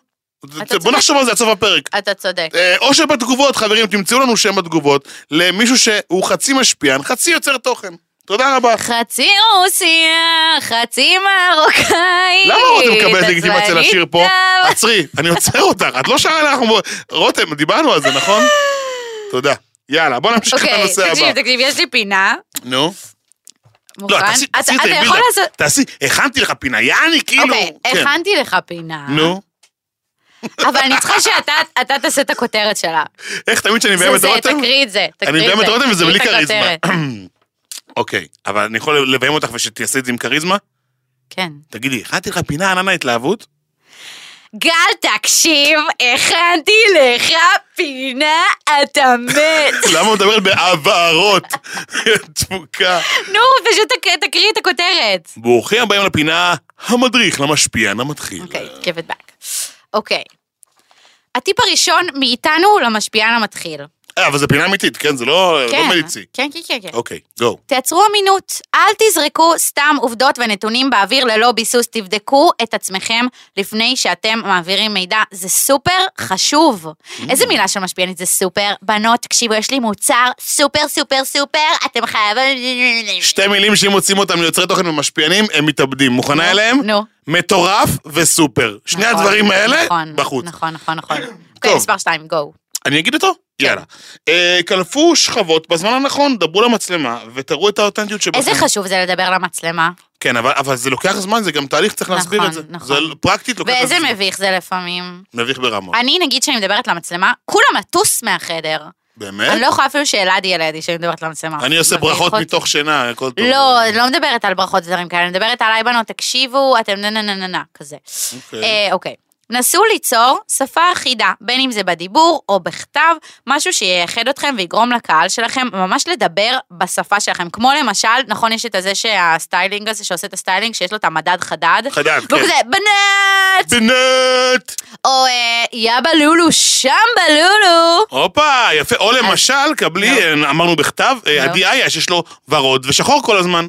B: בוא
C: צודק.
B: נחשוב על זה עד סוף הפרק.
C: אתה צודק.
B: אה, או שבתגובות, חברים, תמצאו לנו שם בתגובות למישהו שהוא חצי משפיען, חצי יוצר תוכן. תודה רבה.
C: חצי רוסיה, חצי מרוקאית.
B: למה רותם מקבלת לגיטימציה
C: עצבנית
B: לשיר פה?
C: אבל-
B: עצרי, אני עוצר אותך, את לא שרה אנחנו... רותם, דיברנו על זה, נכון? תודה. יאללה, בוא נמשיך
C: אוקיי,
B: לנושא הבא.
C: תקשיב, תקשיב, יש לי פינה.
B: נו.
C: מוכן?
B: לא, תעשי
C: אוקיי. אתה-
B: תעשי את
C: אתה
B: זה,
C: יכול
B: בילה.
C: לעשות...
B: תעשי, הכנתי לך פינה, יעני, כאילו...
C: אוקיי,
B: כן.
C: הכנתי לך פינה.
B: נו.
C: אבל אני צריכה שאתה אתה תעשה את הכותרת שלה.
B: איך תמיד כשאני
C: זה
B: מביים את
C: זה,
B: רותם?
C: תקריא את זה. תקריא
B: אני מביים
C: זה,
B: את רותם וזה
C: תקריא
B: בלי
C: את
B: כריזמה.
C: הכותרת.
B: אוקיי, אבל אני יכול לביים אותך ושתעשי את זה עם כריזמה?
C: כן.
B: תגידי, הכנתי לך פינה עננה התלהבות?
C: גל, תקשיב, הכנתי לך פינה, אתה מת.
B: למה הוא מדבר בהבהרות? תפוקה.
C: נו, פשוט תק- תקריא את הכותרת.
B: ברוכים הבאים לפינה המדריך למשפיען המתחיל.
C: אוקיי, give it back. אוקיי. הטיפ הראשון מאיתנו למשפיען המתחיל.
B: אה, אבל זו פינה אמיתית, כן? זה לא לא
C: כן,
B: מליצי.
C: כן, כן, כן, כן.
B: אוקיי, גו.
C: תייצרו אמינות, אל תזרקו סתם עובדות ונתונים באוויר ללא ביסוס, תבדקו את עצמכם לפני שאתם מעבירים מידע, זה סופר חשוב.
B: Mm.
C: איזה מילה של משפיענית זה סופר? בנות, תקשיבו, יש לי מוצר סופר סופר סופר, אתם חייבים...
B: שתי מילים שאם מוצאים אותם ליוצרי תוכן ומשפיענים, הם מתאבדים. מוכנה אליהם?
C: נו.
B: מטורף וסופר. שני
C: נכון,
B: הדברים האלה,
C: נכון,
B: בחוץ.
C: נכון, נכון, נכון. אוקיי,
B: טוב.
C: מספר שתיים, גו.
B: אני אגיד אותו?
C: כן.
B: יאללה. אה, קלפו שכבות בזמן הנכון, דברו למצלמה ותראו את האותנטיות שבכם.
C: איזה חשוב זה לדבר למצלמה,
B: כן, אבל אבל זה לוקח זמן, זה גם תהליך, צריך להסביר
C: נכון,
B: את זה.
C: נכון.
B: זה פרקטית לוקח...
C: ואיזה
B: זמן.
C: מביך זה לפעמים.
B: מביך ברמות.
C: אני, נגיד שאני מדברת למצלמה, כולם לטוס מהחדר. אני לא
B: באמת?
C: יכולה אפילו שאלעד יהיה לידי כשאני מדברת למצלמה.
B: אה? אני עושה ברכות
C: מביכות.
B: מתוך שינה, הכל טוב.
C: לא, אני לא מדברת על ברכות ודברים כאלה, אני מדברת עליי בנות, תקשיבו, אתם נה נה נה נה נה, כזה.
B: אוקיי.
C: אה, אוקיי. נסו ליצור שפה אחידה, בין אם זה בדיבור או בכתב, משהו שייחד אתכם ויגרום לקהל שלכם ממש לדבר בשפה שלכם. כמו למשל, נכון, יש את הזה שהסטיילינג הזה, שעושה את הסטיילינג, שיש לו את המדד חדד.
B: חדד,
C: והוא
B: כן.
C: כזה, בנט!
B: בנט!
C: או אה, יא בלולו, שם בלולו!
B: הופה, יפה. או למשל,
C: לא.
B: קבלי, אה, אמרנו בכתב, אה,
C: לא.
B: עדי אייש, יש לו ורוד ושחור כל הזמן.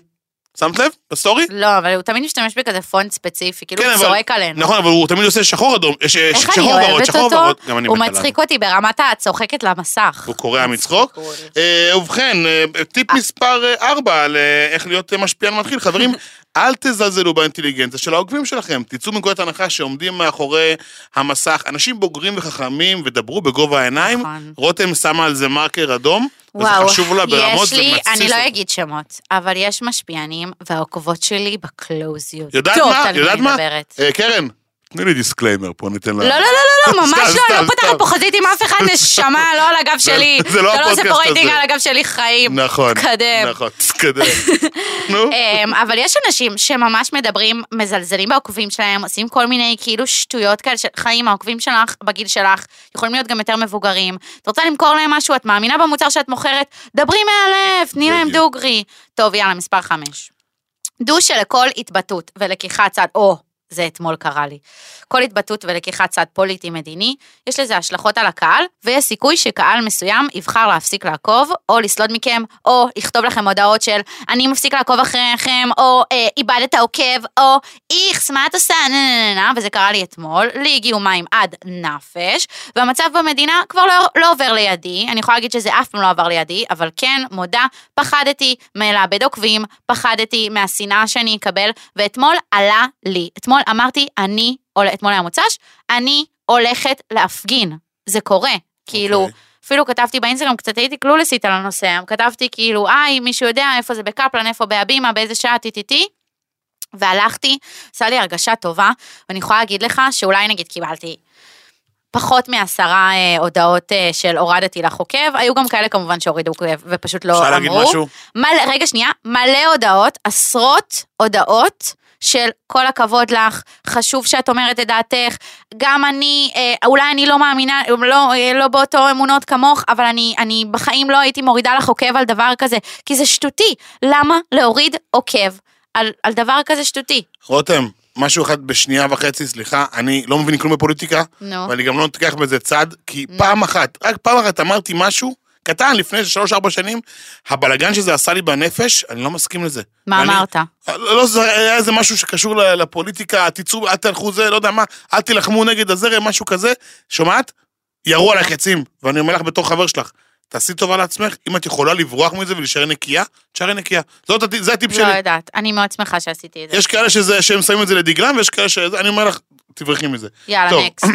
B: שמת לב? בסטורי?
C: לא, אבל הוא תמיד משתמש בכזה פונט ספציפי, כאילו הוא צועק עלינו.
B: נכון, כן, אבל הוא תמיד עושה שחור אדום, אה, ש-
C: איך אני
B: שחור ורוד,
C: אוהבת
B: שחור
C: אותו,
B: ורוד. גם אני
C: הוא
B: מת עליו.
C: מצחיק אותי ברמת הצוחקת למסך.
B: הוא קורע מצחוק. אה, ובכן, אה, טיפ מספר 4 על אה, איך להיות אה, משפיען מתחיל. חברים, אל תזלזלו באינטליגנציה של העוקבים שלכם. תצאו מנקודת הנחה שעומדים מאחורי המסך אנשים בוגרים וחכמים ודברו בגובה העיניים.
C: נכון.
B: רותם שמה על זה מרקר אדום, וזה חשוב לה ברמות,
C: יש
B: זה
C: לי,
B: מתסיס
C: אני לא
B: אותה.
C: אגיד שמות, אבל יש משפיענים והעוקבות שלי בקלוז יודעות
B: יודעת מה?
C: על מי
B: יודעת
C: אני
B: מה?
C: מדברת.
B: אה, קרן, תני לי דיסקליימר פה, ניתן לה...
C: לא, לא, לא, לא, לא, ממש
B: סתם,
C: לא, לא
B: סתם,
C: פותחת
B: סתם.
C: פה חזית עם אף אחד, נשמה, לא על הגב שלי.
B: זה לא
C: אתה לא עושה
B: הפודקאסט
C: פה רייטינג
B: הזה.
C: על הגב שלי חיים.
B: נכון.
C: לא, תתקדם.
B: נכון, תתקדם. נו.
C: אמ, אבל יש אנשים שממש מדברים, מזלזלים בעוקבים שלהם, עושים כל מיני כאילו שטויות כאלה של חיים, העוקבים שלך בגיל שלך, יכולים להיות גם יותר מבוגרים. את רוצה למכור להם משהו, את מאמינה במוצר שאת מוכרת, דברי מהלב, תני להם
B: בדיוק.
C: דוגרי. טוב, יאללה, מספר חמש. דו שלכל התבטאות ולקיחת צד, או, זה אתמול קרה לי, כל התבטאות ולקיחת צד פוליטי-מדיני, יש לזה השלכות על הקהל, ויש סיכוי שקהל מסוים יבחר להפסיק לעקוב, או לסלוד מכם, או לכתוב לכם הודעות של אני מפסיק לעקוב אחריכם, או אה, איבדת עוקב, או איכס, מה את עושה? נה נה נה נה, וזה קרה לי אתמול, לי הגיעו מים עד נפש, והמצב במדינה כבר לא, לא עובר לידי, אני יכולה להגיד שזה אף פעם לא עבר לידי, אבל כן, מודה, פחדתי מלאבד עוקבים, פחדתי מהשנאה שאני אקבל, ואתמול עלה לי, אתמול אמרתי, אני, עולה- אתמול היה מוצ"ש, אני הולכת להפגין, זה קורה, כאילו...
B: אוקיי.
C: אפילו כתבתי באינסטגרם, קצת הייתי קלולסית על הנושא, היום. כתבתי כאילו, היי, מישהו יודע איפה זה בקפלן, איפה בהבימה, באיזה שעה, טיטיטי. והלכתי, עשה לי הרגשה טובה, ואני יכולה להגיד לך שאולי נגיד קיבלתי פחות מעשרה אה, הודעות אה, של הורדתי לך עוקב, היו גם כאלה כמובן שהורידו עוקב ופשוט לא אמרו.
B: אפשר להגיד משהו?
C: מלא, רגע, שנייה, מלא הודעות, עשרות הודעות של כל הכבוד לך, חשוב שאת אומרת את דעתך, גם אני, אה, אולי אני לא מאמינה, לא, אה, לא באותו אמונות כמוך, אבל אני, אני בחיים לא הייתי מורידה לך עוקב על דבר כזה, כי זה שטותי, למה להוריד עוקב על, על דבר כזה שטותי?
B: רותם, משהו אחד בשנייה וחצי, סליחה, אני לא מבין כלום בפוליטיקה,
C: נו.
B: ואני גם לא מתווכח בזה צד, כי פעם אחת, רק פעם אחת אמרתי משהו קטן לפני שלוש-ארבע שנים, הבלגן שזה עשה לי בנפש, אני לא מסכים לזה.
C: מה
B: ואני-
C: אמרת?
B: לא, לא, זה היה איזה משהו שקשור ל- לפוליטיקה, תצאו, אל תלכו זה, לא יודע מה, אל תילחמו נגד הזרם, משהו כזה, שומעת? ירו עלייך עצים, ואני אומר לך בתור חבר שלך, תעשי טובה לעצמך, אם את יכולה לברוח מזה ולהישאר נקייה, תישארי נקייה. זאת, הטי- זה הטיפ
C: לא
B: שלי.
C: יודעת, אני מאוד שמחה שעשיתי את זה.
B: יש כאלה שזה, שהם שמים את זה לדגלם, ויש כאלה ש... אני אומר לך, תברחי מזה.
C: יאללה,
B: טוב,
C: נקסט.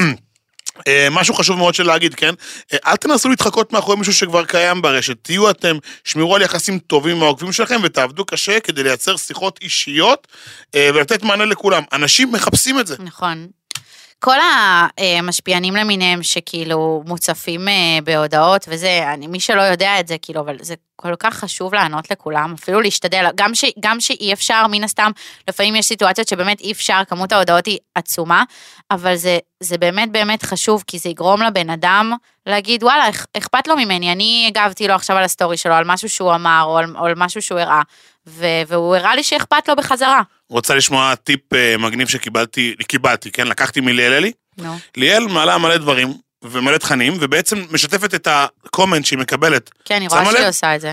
B: אה, משהו חשוב מאוד של להגיד, כן? אה, אל תנסו להתחקות מאחורי מישהו שכבר קיים ברשת. תהיו אתם, שמרו על יחסים טובים עם העוקבים שלכם ותעבדו קשה כדי לייצר שיחות אישיות אה, ולתת מענה לכולם. אנשים מחפשים את זה.
C: נכון. כל המשפיענים למיניהם שכאילו מוצפים אה, בהודעות וזה, אני, מי שלא יודע את זה, כאילו, אבל זה כל כך חשוב לענות לכולם, אפילו להשתדל, גם, ש, גם שאי אפשר, מן הסתם, לפעמים יש סיטואציות שבאמת אי אפשר, כמות ההודעות היא עצומה, אבל זה, זה באמת באמת חשוב, כי זה יגרום לבן אדם להגיד, וואלה, אכ- אכפת לו ממני, אני הגבתי לו עכשיו על הסטורי שלו, על משהו שהוא אמר, או על, או על משהו שהוא הראה, ו- והוא הראה לי שאכפת לו בחזרה.
B: רוצה לשמוע טיפ אה, מגניב שקיבלתי, קיבלתי, כן? לקחתי מליאל אלי.
C: נו,
B: ליאל מעלה מלא דברים ומלא תכנים, ובעצם משתפת את הקומנט שהיא מקבלת.
C: כן, אני רואה
B: שמה
C: שהיא
B: לב?
C: עושה את זה.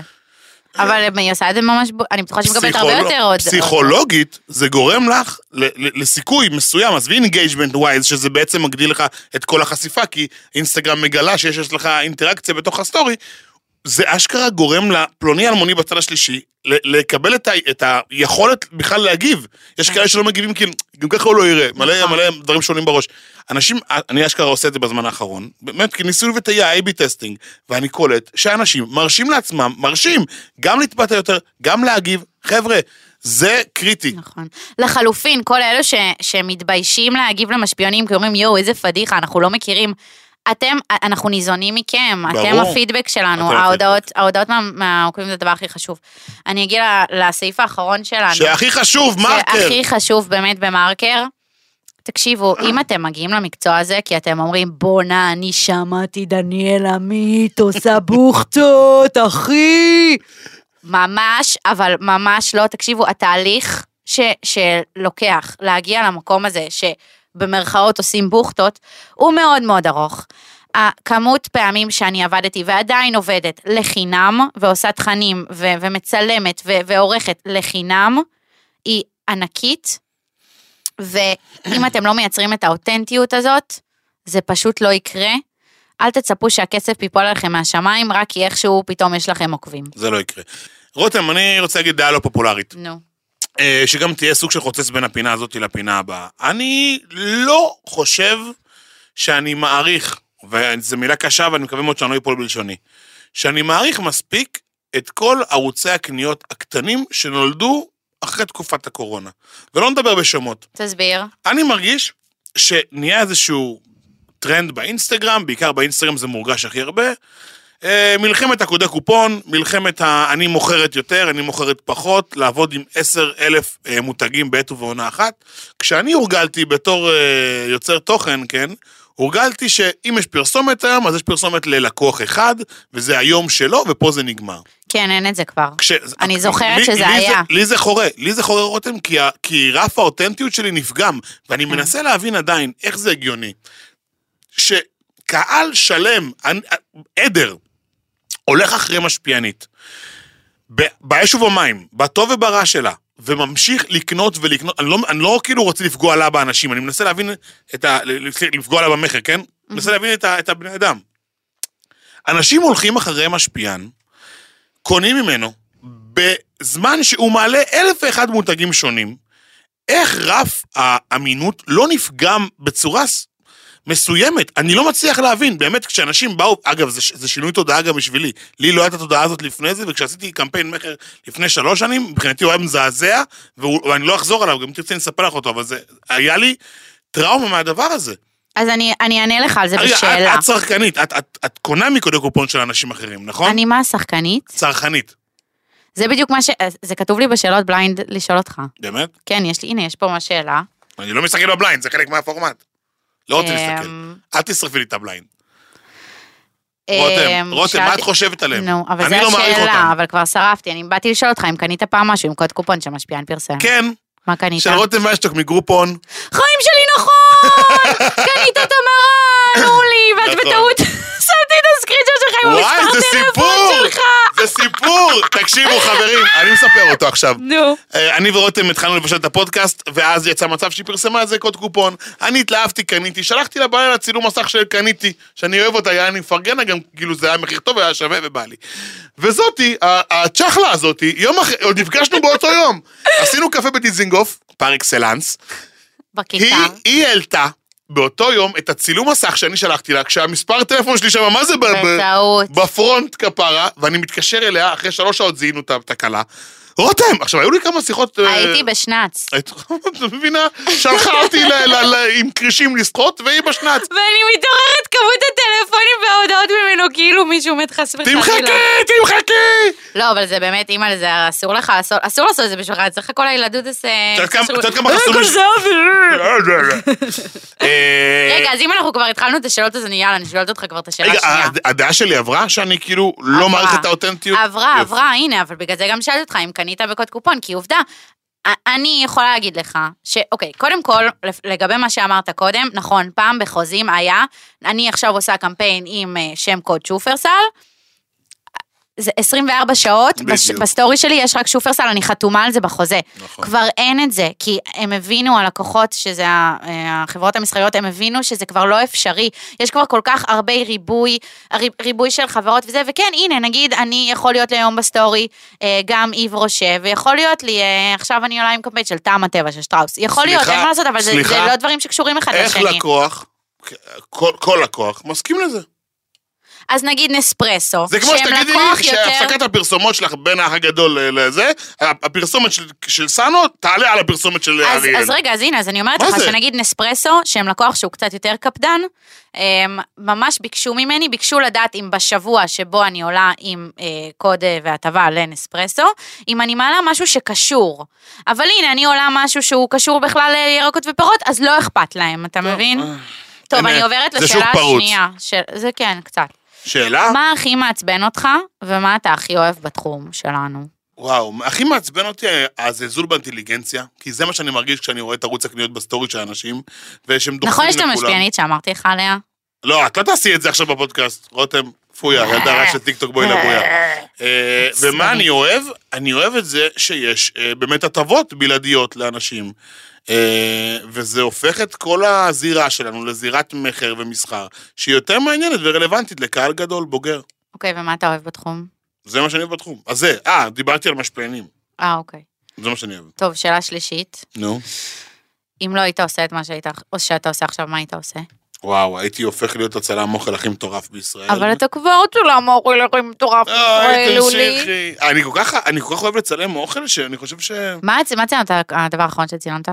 C: אבל היא עושה את זה ממש, ב- אני בטוחה שהיא מקבלת הרבה
B: פסיכולוג-
C: יותר עוד.
B: פסיכולוגית, זה גורם לך ל- ל- לסיכוי מסוים, עזבי אינגייג'מנט ווייז, שזה בעצם מגדיל לך את כל החשיפה, כי אינסטגרם מגלה שיש יש לך אינטראקציה בתוך הסטורי, זה אשכרה גורם לפלוני אלמוני בצד השלישי ל- לקבל את, ה, את היכולת בכלל להגיב. יש כאלה שלא מגיבים כי גם ככה הוא לא יראה, מלא,
C: כן. נכון.
B: מלא דברים שעולים בראש. אנשים, אני אשכרה עושה את זה בזמן האחרון, באמת, כי ניסוי וטעייה, A-B טסטינג, ואני קולט שאנשים מרשים לעצמם, מרשים, גם להתבטא יותר, גם להגיב. חבר'ה, זה קריטי.
C: נכון. לחלופין, כל אלו ש, שמתביישים להגיב למשפיעונים, כי אומרים, יואו, איזה פדיחה, אנחנו לא מכירים. אתם, אנחנו ניזונים מכם, אתם
B: ברור.
C: הפידבק שלנו,
B: אתם
C: ההודעות, ההודעות מה- מהעוקבים זה הדבר הכי חשוב. אני אגיע ל- לסעיף האחרון שלנו.
B: שהכי חשוב, מרקר.
C: שהכי חשוב באמת במרקר, תקשיבו, אם אתם מגיעים למקצוע הזה, כי אתם אומרים, בואנה, אני שמעתי דניאל עמית עושה בוכטות, אחי. ממש, אבל ממש לא, תקשיבו, התהליך ש, שלוקח להגיע למקום הזה, שבמרכאות עושים בוכטות, הוא מאוד מאוד ארוך. הכמות פעמים שאני עבדתי ועדיין עובדת לחינם, ועושה תכנים, ו- ומצלמת, ו- ועורכת לחינם, היא ענקית, ואם אתם לא מייצרים את האותנטיות הזאת, זה פשוט לא יקרה. אל תצפו שהכסף ייפול עליכם מהשמיים, רק כי איכשהו פתאום יש לכם עוקבים.
B: זה לא יקרה. רותם, אני רוצה להגיד דעה לא פופולרית.
C: נו.
B: אה, שגם תהיה סוג של חוצץ בין הפינה הזאת לפינה הבאה. אני לא חושב שאני מעריך, וזו מילה קשה ואני מקווה מאוד שאני לא אפול בלשוני, שאני מעריך מספיק את כל ערוצי הקניות הקטנים שנולדו אחרי תקופת הקורונה. ולא נדבר בשמות.
C: תסביר.
B: אני מרגיש שנהיה איזשהו טרנד באינסטגרם, בעיקר באינסטגרם זה מורגש הכי הרבה. אה, מלחמת הקודי קופון, מלחמת ה... אני מוכרת יותר, אני מוכרת פחות, לעבוד עם עשר אלף אה, מותגים בעת ובעונה אחת. כשאני הורגלתי בתור אה, יוצר תוכן, כן, הורגלתי שאם יש פרסומת היום, אז יש פרסומת ללקוח אחד, וזה היום שלו, ופה זה נגמר.
C: כן, אין את זה כבר.
B: כש...
C: אני זוכרת
B: לי-
C: שזה
B: לי
C: היה.
B: זה, לי זה חורה, לי זה חורה רותם, כי, ה- כי רף האותנטיות שלי נפגם,
C: כן.
B: ואני מנסה להבין עדיין איך זה הגיוני. שקהל שלם, אני- עדר, הולך אחרי משפיענית, ב- באש ובמים, בטוב וברע שלה, וממשיך לקנות ולקנות, אני לא, אני לא כאילו רוצה לפגוע לה באנשים, אני מנסה להבין את ה... סליחה, לפגוע לה במכר, כן? מנסה להבין את, ה, את הבני אדם. אנשים הולכים אחרי משפיען, קונים ממנו, בזמן שהוא מעלה אלף ואחד מותגים שונים, איך רף האמינות לא נפגם בצורה ס- מסוימת? אני לא מצליח להבין, באמת, כשאנשים באו, אגב, זה, ש- זה שינוי תודעה גם בשבילי, לי לא הייתה את התודעה הזאת לפני זה, וכשעשיתי קמפיין מכר לפני שלוש שנים, מבחינתי הוא היה מזעזע, והוא, ואני לא אחזור עליו, גם אם תרצי אני אספר לך אותו, אבל זה, היה לי טראומה מהדבר הזה.
C: אז אני אני אענה לך על זה
B: רגע, את-
C: בשאלה.
B: אה, את צרכנית, את, את, את קונה מקודי קופון של אנשים אחרים, נכון?
C: אני מה השחקנית?
B: צרכנית,
C: זה בדיוק מה ש... זה כתוב לי בשאלות בליינד לשאול אותך.
B: באמת?
C: כן, יש לי, הנה, יש פה מה שאלה.
B: אני לא מסתכל בבליינד, זה חלק מהפורמט. לא רוצה להסתכל.
C: אמ,
B: אל תשרפי לי את הבליינד. רותם,
C: אמ,
B: רותם, מה
C: שאלתי-
B: את חושבת עליהם?
C: נו, אבל
B: אני
C: זו
B: לא מעריך
C: השאלה,
B: אותם.
C: אבל כבר שרפתי. אני באתי לשאול אותך אם קנית פעם משהו עם קוד קופון שמשפיען פרסם.
B: כן,
C: מה קנית?
B: של רותם ואשטוק מגרופון.
C: חיים שלי נכון! קנית את המרן, אורלי, ואת
B: נכון.
C: בטעות שמתי את הסקריצ'ר שלך עם
B: וואי,
C: המספר
B: זה
C: לא, טלפון
B: סיפור!
C: שלך!
B: זה סיפור! תקשיבו, חברים, אני מספר אותו עכשיו.
C: נו.
B: אה, אני ורותם התחלנו לבשל את הפודקאסט, ואז יצא מצב שהיא פרסמה על זה קוד קופון. אני התלהבתי, קניתי, שלחתי לבעלה צילום מסך שקניתי, שאני אוהב אותה, היה אני מפרגן לה גם, כאילו זה היה מחיר טוב, היה שווה ובא לי. וזאתי, ה- הצ'חלה הזאתי, יום אחרי, עוד נפגשנו באותו יום. עשינו קפה בדיזינגוף, פר אקסלנס, היא,
C: בכיתה.
B: היא העלתה באותו יום את הצילום מסך שאני שלחתי לה, כשהמספר טלפון שלי שם, מה זה ב- ב-
C: בטעות.
B: בפרונט כפרה, ואני מתקשר אליה, אחרי שלוש שעות זיהינו את התקלה. רותם, עכשיו היו לי כמה שיחות... אה,
C: הייתי בשנץ.
B: את את מבינה? שלחה אותי ל- ל- ל- עם קרישים לשחות והיא בשנץ.
C: ואני מתעוררת כמות הטלפונים וההודעות ממנו, כאילו מישהו מת חס וחלילה.
B: תמחקי, תמחקי!
C: לא, אבל זה באמת, אימא, זה אסור לך לעשות, אסור לעשות את זה בשבילך, צריך כל הילדות עושה...
B: יודעת כמה- את יודעת כמה חסום יש-
C: אה.
B: אה,
C: רגע, אז אם אנחנו כבר התחלנו את השאלות, אז אני יאללה, אני שואלת אותך כבר את השאלה
B: רגע,
C: השנייה.
B: הד- הדעה שלי עברה שאני כאילו לא
C: עברה.
B: מעריך את האותנטיות?
C: עברה,
B: יופי.
C: עברה, הנה, אבל בגלל זה גם שאלתי אותך אם קנית בקוד קופון, כי עובדה, א- אני יכולה להגיד לך, שאוקיי, קודם כל, לפ- לגבי מה שאמרת קודם, נכון, פעם בחוזים היה, אני עכשיו עושה קמפיין עם אה, שם קוד שופרסל, זה 24 שעות, בש,
B: בדיוק.
C: בסטורי שלי יש רק שופרסל, אני חתומה על זה בחוזה.
B: נכון.
C: כבר אין את זה, כי הם הבינו, הלקוחות, שזה ה- אה, החברות המסחריות, הם הבינו שזה כבר לא אפשרי. יש כבר כל כך הרבה ריבוי, ריב- ריבוי של חברות וזה, וכן, הנה, נגיד, אני יכול להיות לי היום בסטורי אה, גם איב רושה, ויכול להיות לי, אה, עכשיו אני עולה עם קמפיין של טעם הטבע של שטראוס. יכול להיות,
B: סליחה,
C: אין מה לעשות, אבל זה, זה
B: סליחה.
C: לא דברים שקשורים אחד
B: איך
C: לשני.
B: לקוח, כל- כל לקוח, מסכים לזה.
C: אז נגיד נספרסו,
B: זה כמו
C: שהם
B: שתגידי
C: לקוח
B: לי
C: יותר...
B: שהפסקת הפרסומת שלך בין האח הגדול ל- לזה, הפרסומת של- של סאנו תעלה על הפרסומת של
C: אז,
B: אריאל.
C: אז רגע, אז הנה, אז אני אומרת
B: מה
C: לך,
B: זה?
C: שנגיד נספרסו, שהם לקוח שהוא קצת יותר קפדן, הם ממש ביקשו ממני, ביקשו לדעת אם בשבוע שבו אני עולה עם אה, קוד אה, והטבה לנספרסו, אם אני מעלה משהו שקשור. אבל הנה, אני עולה משהו שהוא קשור בכלל לירקות ופירות, אז לא אכפת להם, אתה מבין? טוב,
B: אה, הנה,
C: אני עוברת
B: זה שוק
C: לשאלה
B: פרוץ. אה.
C: השנייה. של- זה כן, קצת.
B: שאלה?
C: מה הכי מעצבן אותך, ומה אתה הכי אוהב בתחום שלנו?
B: וואו, הכי מעצבן אותי הזלזול באינטליגנציה, כי זה מה שאני מרגיש כשאני רואה את ערוץ הקניות בסטורי של האנשים, ושהם דוחפים
C: נכון,
B: לכולם.
C: יש את המשפיענית שאמרתי לך עליה?
B: לא, את לא תעשי את זה עכשיו בפודקאסט. רותם, פויה,
C: אה,
B: ילדה רעה של טיקטוק בואי לבויה. אה, ומה אני אוהב? אני אוהב את זה שיש אה, באמת הטבות בלעדיות לאנשים. אה, וזה הופך את כל הזירה שלנו לזירת מכר ומסחר, שהיא יותר מעניינת ורלוונטית לקהל גדול, בוגר.
C: אוקיי, ומה אתה אוהב בתחום?
B: זה מה שאני אוהב בתחום. אז זה, אה, דיברתי על משפיענים.
C: אה, אוקיי.
B: זה מה שאני אוהב.
C: טוב, שאלה שלישית.
B: נו.
C: אם לא היית עושה את מה שהיית, או שאתה עושה עכשיו, מה היית עושה?
B: אה, וואו, הייתי הופך להיות הצלם אוכל הכי מטורף בישראל.
C: אבל אתה כבר צולם אוכל הכי מטורף,
B: אה, אוי,
C: ישראלו לי.
B: תמשיכי. אני כל כך, אני כל כך אוהב לצלם אוכל, שאני חושב
C: מה הצ- מה ציינת, הדבר האחרון שציינת?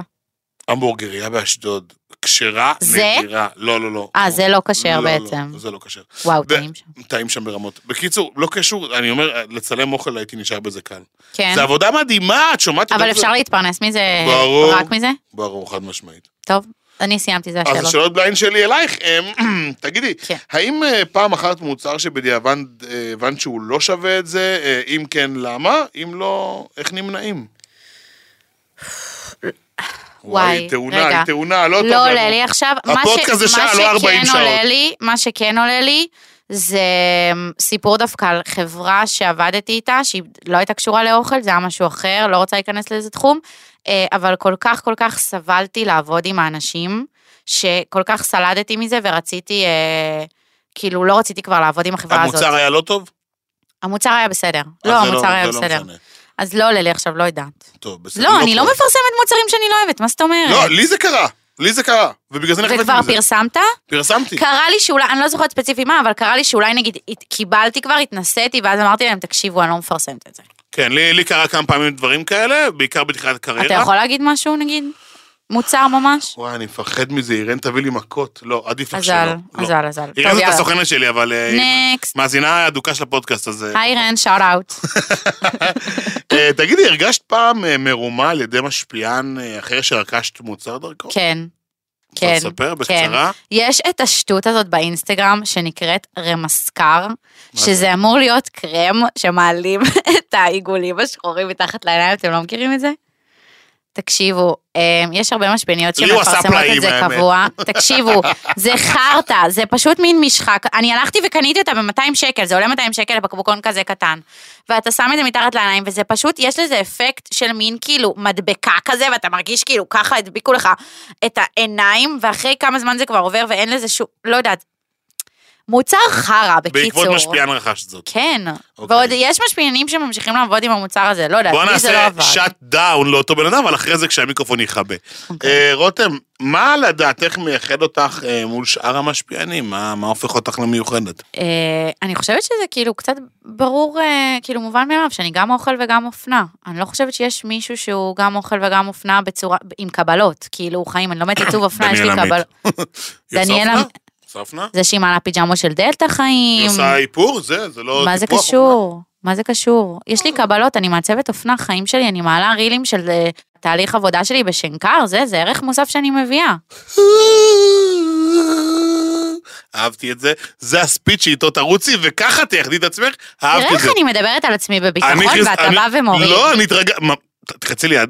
B: שהמבורגריה באשדוד, כש- כשרה
C: זה?
B: נהירה. לא, לא, לא.
C: אה, זה לא כשר
B: לא,
C: בעצם.
B: לא, זה לא כשר.
C: וואו,
B: ו-
C: טעים שם.
B: טעים שם ברמות. בקיצור, לא קשור, אני אומר, לצלם אוכל הייתי נשאר בזה קל.
C: כן.
B: זו עבודה מדהימה, את שומעת? את
C: אבל
B: יודעת
C: אפשר
B: זה-
C: להתפרנס מזה?
B: ברור.
C: רק מזה?
B: ברור, חד משמעית.
C: טוב, אני סיימתי, זה
B: אז
C: השאלות.
B: השאלות בליין שלי אלייך, הם, תגידי,
C: כן.
B: האם אה, פעם אחת מוצר שבדיעבד אה, הבנת שהוא לא שווה את זה, אה, אם כן, למה? אם לא, איך נמנעים? וואי, תאונה,
C: רגע.
B: היא תאונה, לא טוב.
C: לא
B: לנו.
C: עולה לי עכשיו. מה ש-
B: הפודקאסט זה
C: מה
B: שעה, לא
C: שכן
B: 40 שעות.
C: עולה לי- מה שכן עולה לי, זה אמ, סיפור דווקא על חברה שעבדתי איתה, שהיא לא הייתה קשורה לאוכל, זה היה משהו אחר, לא רוצה להיכנס לאיזה תחום, אה, אבל כל כך כל כך סבלתי לעבוד עם האנשים, שכל כך סלדתי מזה ורציתי, אה, כאילו לא רציתי כבר לעבוד עם החברה הזאת.
B: המוצר היה לא טוב?
C: המוצר היה בסדר.
B: אז
C: לא,
B: זה
C: המוצר היה
B: זה לא
C: בסדר.
B: משנה.
C: אז לא עולה לי עכשיו, לא יודעת.
B: טוב, בסדר.
C: לא, אני לא
B: כואב.
C: מפרסמת מוצרים שאני לא אוהבת, מה זאת אומרת?
B: לא, לי זה קרה. לי זה קרה. ובגלל זה כן. נחבאתי
C: וכבר
B: מזה.
C: פרסמת?
B: פרסמתי.
C: קרה לי שאולי, אני לא זוכרת ספציפית מה, אבל קרה לי שאולי נגיד הת- קיבלתי כבר, התנסיתי, ואז אמרתי להם, תקשיבו, אני לא מפרסמת את זה.
B: כן, לי לי קרה כמה פעמים דברים כאלה, בעיקר בתחילת הקריירה.
C: אתה יכול להגיד משהו נגיד? מוצר ממש?
B: וואי, אני מפחד מזה, אירן תביא לי מכות. לא, עדיף לך שלא.
C: אזל,
B: לא.
C: אזל, אזל.
B: אירן זאת הסוכנת שלי, אבל... אה, היא
C: נקסט.
B: מאזינה אדוקה של הפודקאסט הזה.
C: היי רן, שאוט אאוט.
B: אה, תגידי, הרגשת פעם אה, מרומה על ידי משפיען אה, אחר שרכשת מוצר דרכו?
C: כן.
B: רוצה
C: כן.
B: לספר
C: כן.
B: בקצרה?
C: יש את השטות הזאת באינסטגרם שנקראת רמסקר, שזה אמור להיות קרם שמעלים את העיגולים השחורים מתחת לעיניים, אתם לא מכירים את זה? תקשיבו, אמ, יש הרבה משפיעניות
B: לי הוא עשה
C: שמפרסמות
B: פלאים,
C: את זה
B: האמת.
C: קבוע. תקשיבו, זה חרטא, זה פשוט מין משחק. אני הלכתי וקניתי אותה ב-200 שקל, זה עולה 200 שקל לבקבוקון כזה קטן. ואתה שם את זה מתחת לעיניים, וזה פשוט, יש לזה אפקט של מין כאילו מדבקה כזה, ואתה מרגיש כאילו ככה הדביקו לך את העיניים, ואחרי כמה זמן זה כבר עובר ואין לזה שום, לא יודעת. מוצר חרא, בקיצור.
B: בעקבות משפיען רכשת זאת.
C: כן.
B: אוקיי.
C: ועוד יש משפיענים שממשיכים לעבוד עם המוצר הזה, לא יודעת,
B: בוא
C: לי זה לא
B: נעשה
C: עבד.
B: שאט דאון לאותו בן אדם, אבל אחרי זה כשהמיקרופון יכבה.
C: אוקיי.
B: אה, רותם, מה לדעתך מייחד אותך אה, מול שאר המשפיענים? מה מה הופך אותך למיוחדת?
C: אה, אני חושבת שזה כאילו קצת ברור, אה, כאילו מובן מאליו, שאני גם אוכל וגם אופנה. אני לא חושבת שיש מישהו שהוא גם אוכל וגם אופנה בצורה, עם קבלות. כאילו, חיים, אני לומדת עיצוב אופנה, יש לי
B: דניאל
C: קבלות.
B: עמית. היא עושה
C: דניאל
B: אופנה?
C: עמית.
B: עושה אופנה?
C: זה שהיא מעלה פיג'מות של דלתא
B: היא
C: חיים.
B: עושה איפור? זה, זה לא...
C: מה זה
B: טיפוח,
C: קשור? מה זה קשור? יש לי קבלות, אני מעצבת אופנה, חיים שלי, אני מעלה רילים של אה, תהליך עבודה שלי בשנקר, זה, זה ערך מוסף שאני מביאה.
B: אהבתי את זה, זה הספיץ' שאיתו תרוצי, וככה תייחדי את עצמך,
C: תראה
B: אהבתי את
C: איך
B: זה.
C: אני מדברת על עצמי
B: אני
C: בביטחון,
B: חיז-
C: ואתה
B: אני-
C: בא ומוריד.
B: לא, אני התרגש... תחצי לי יד.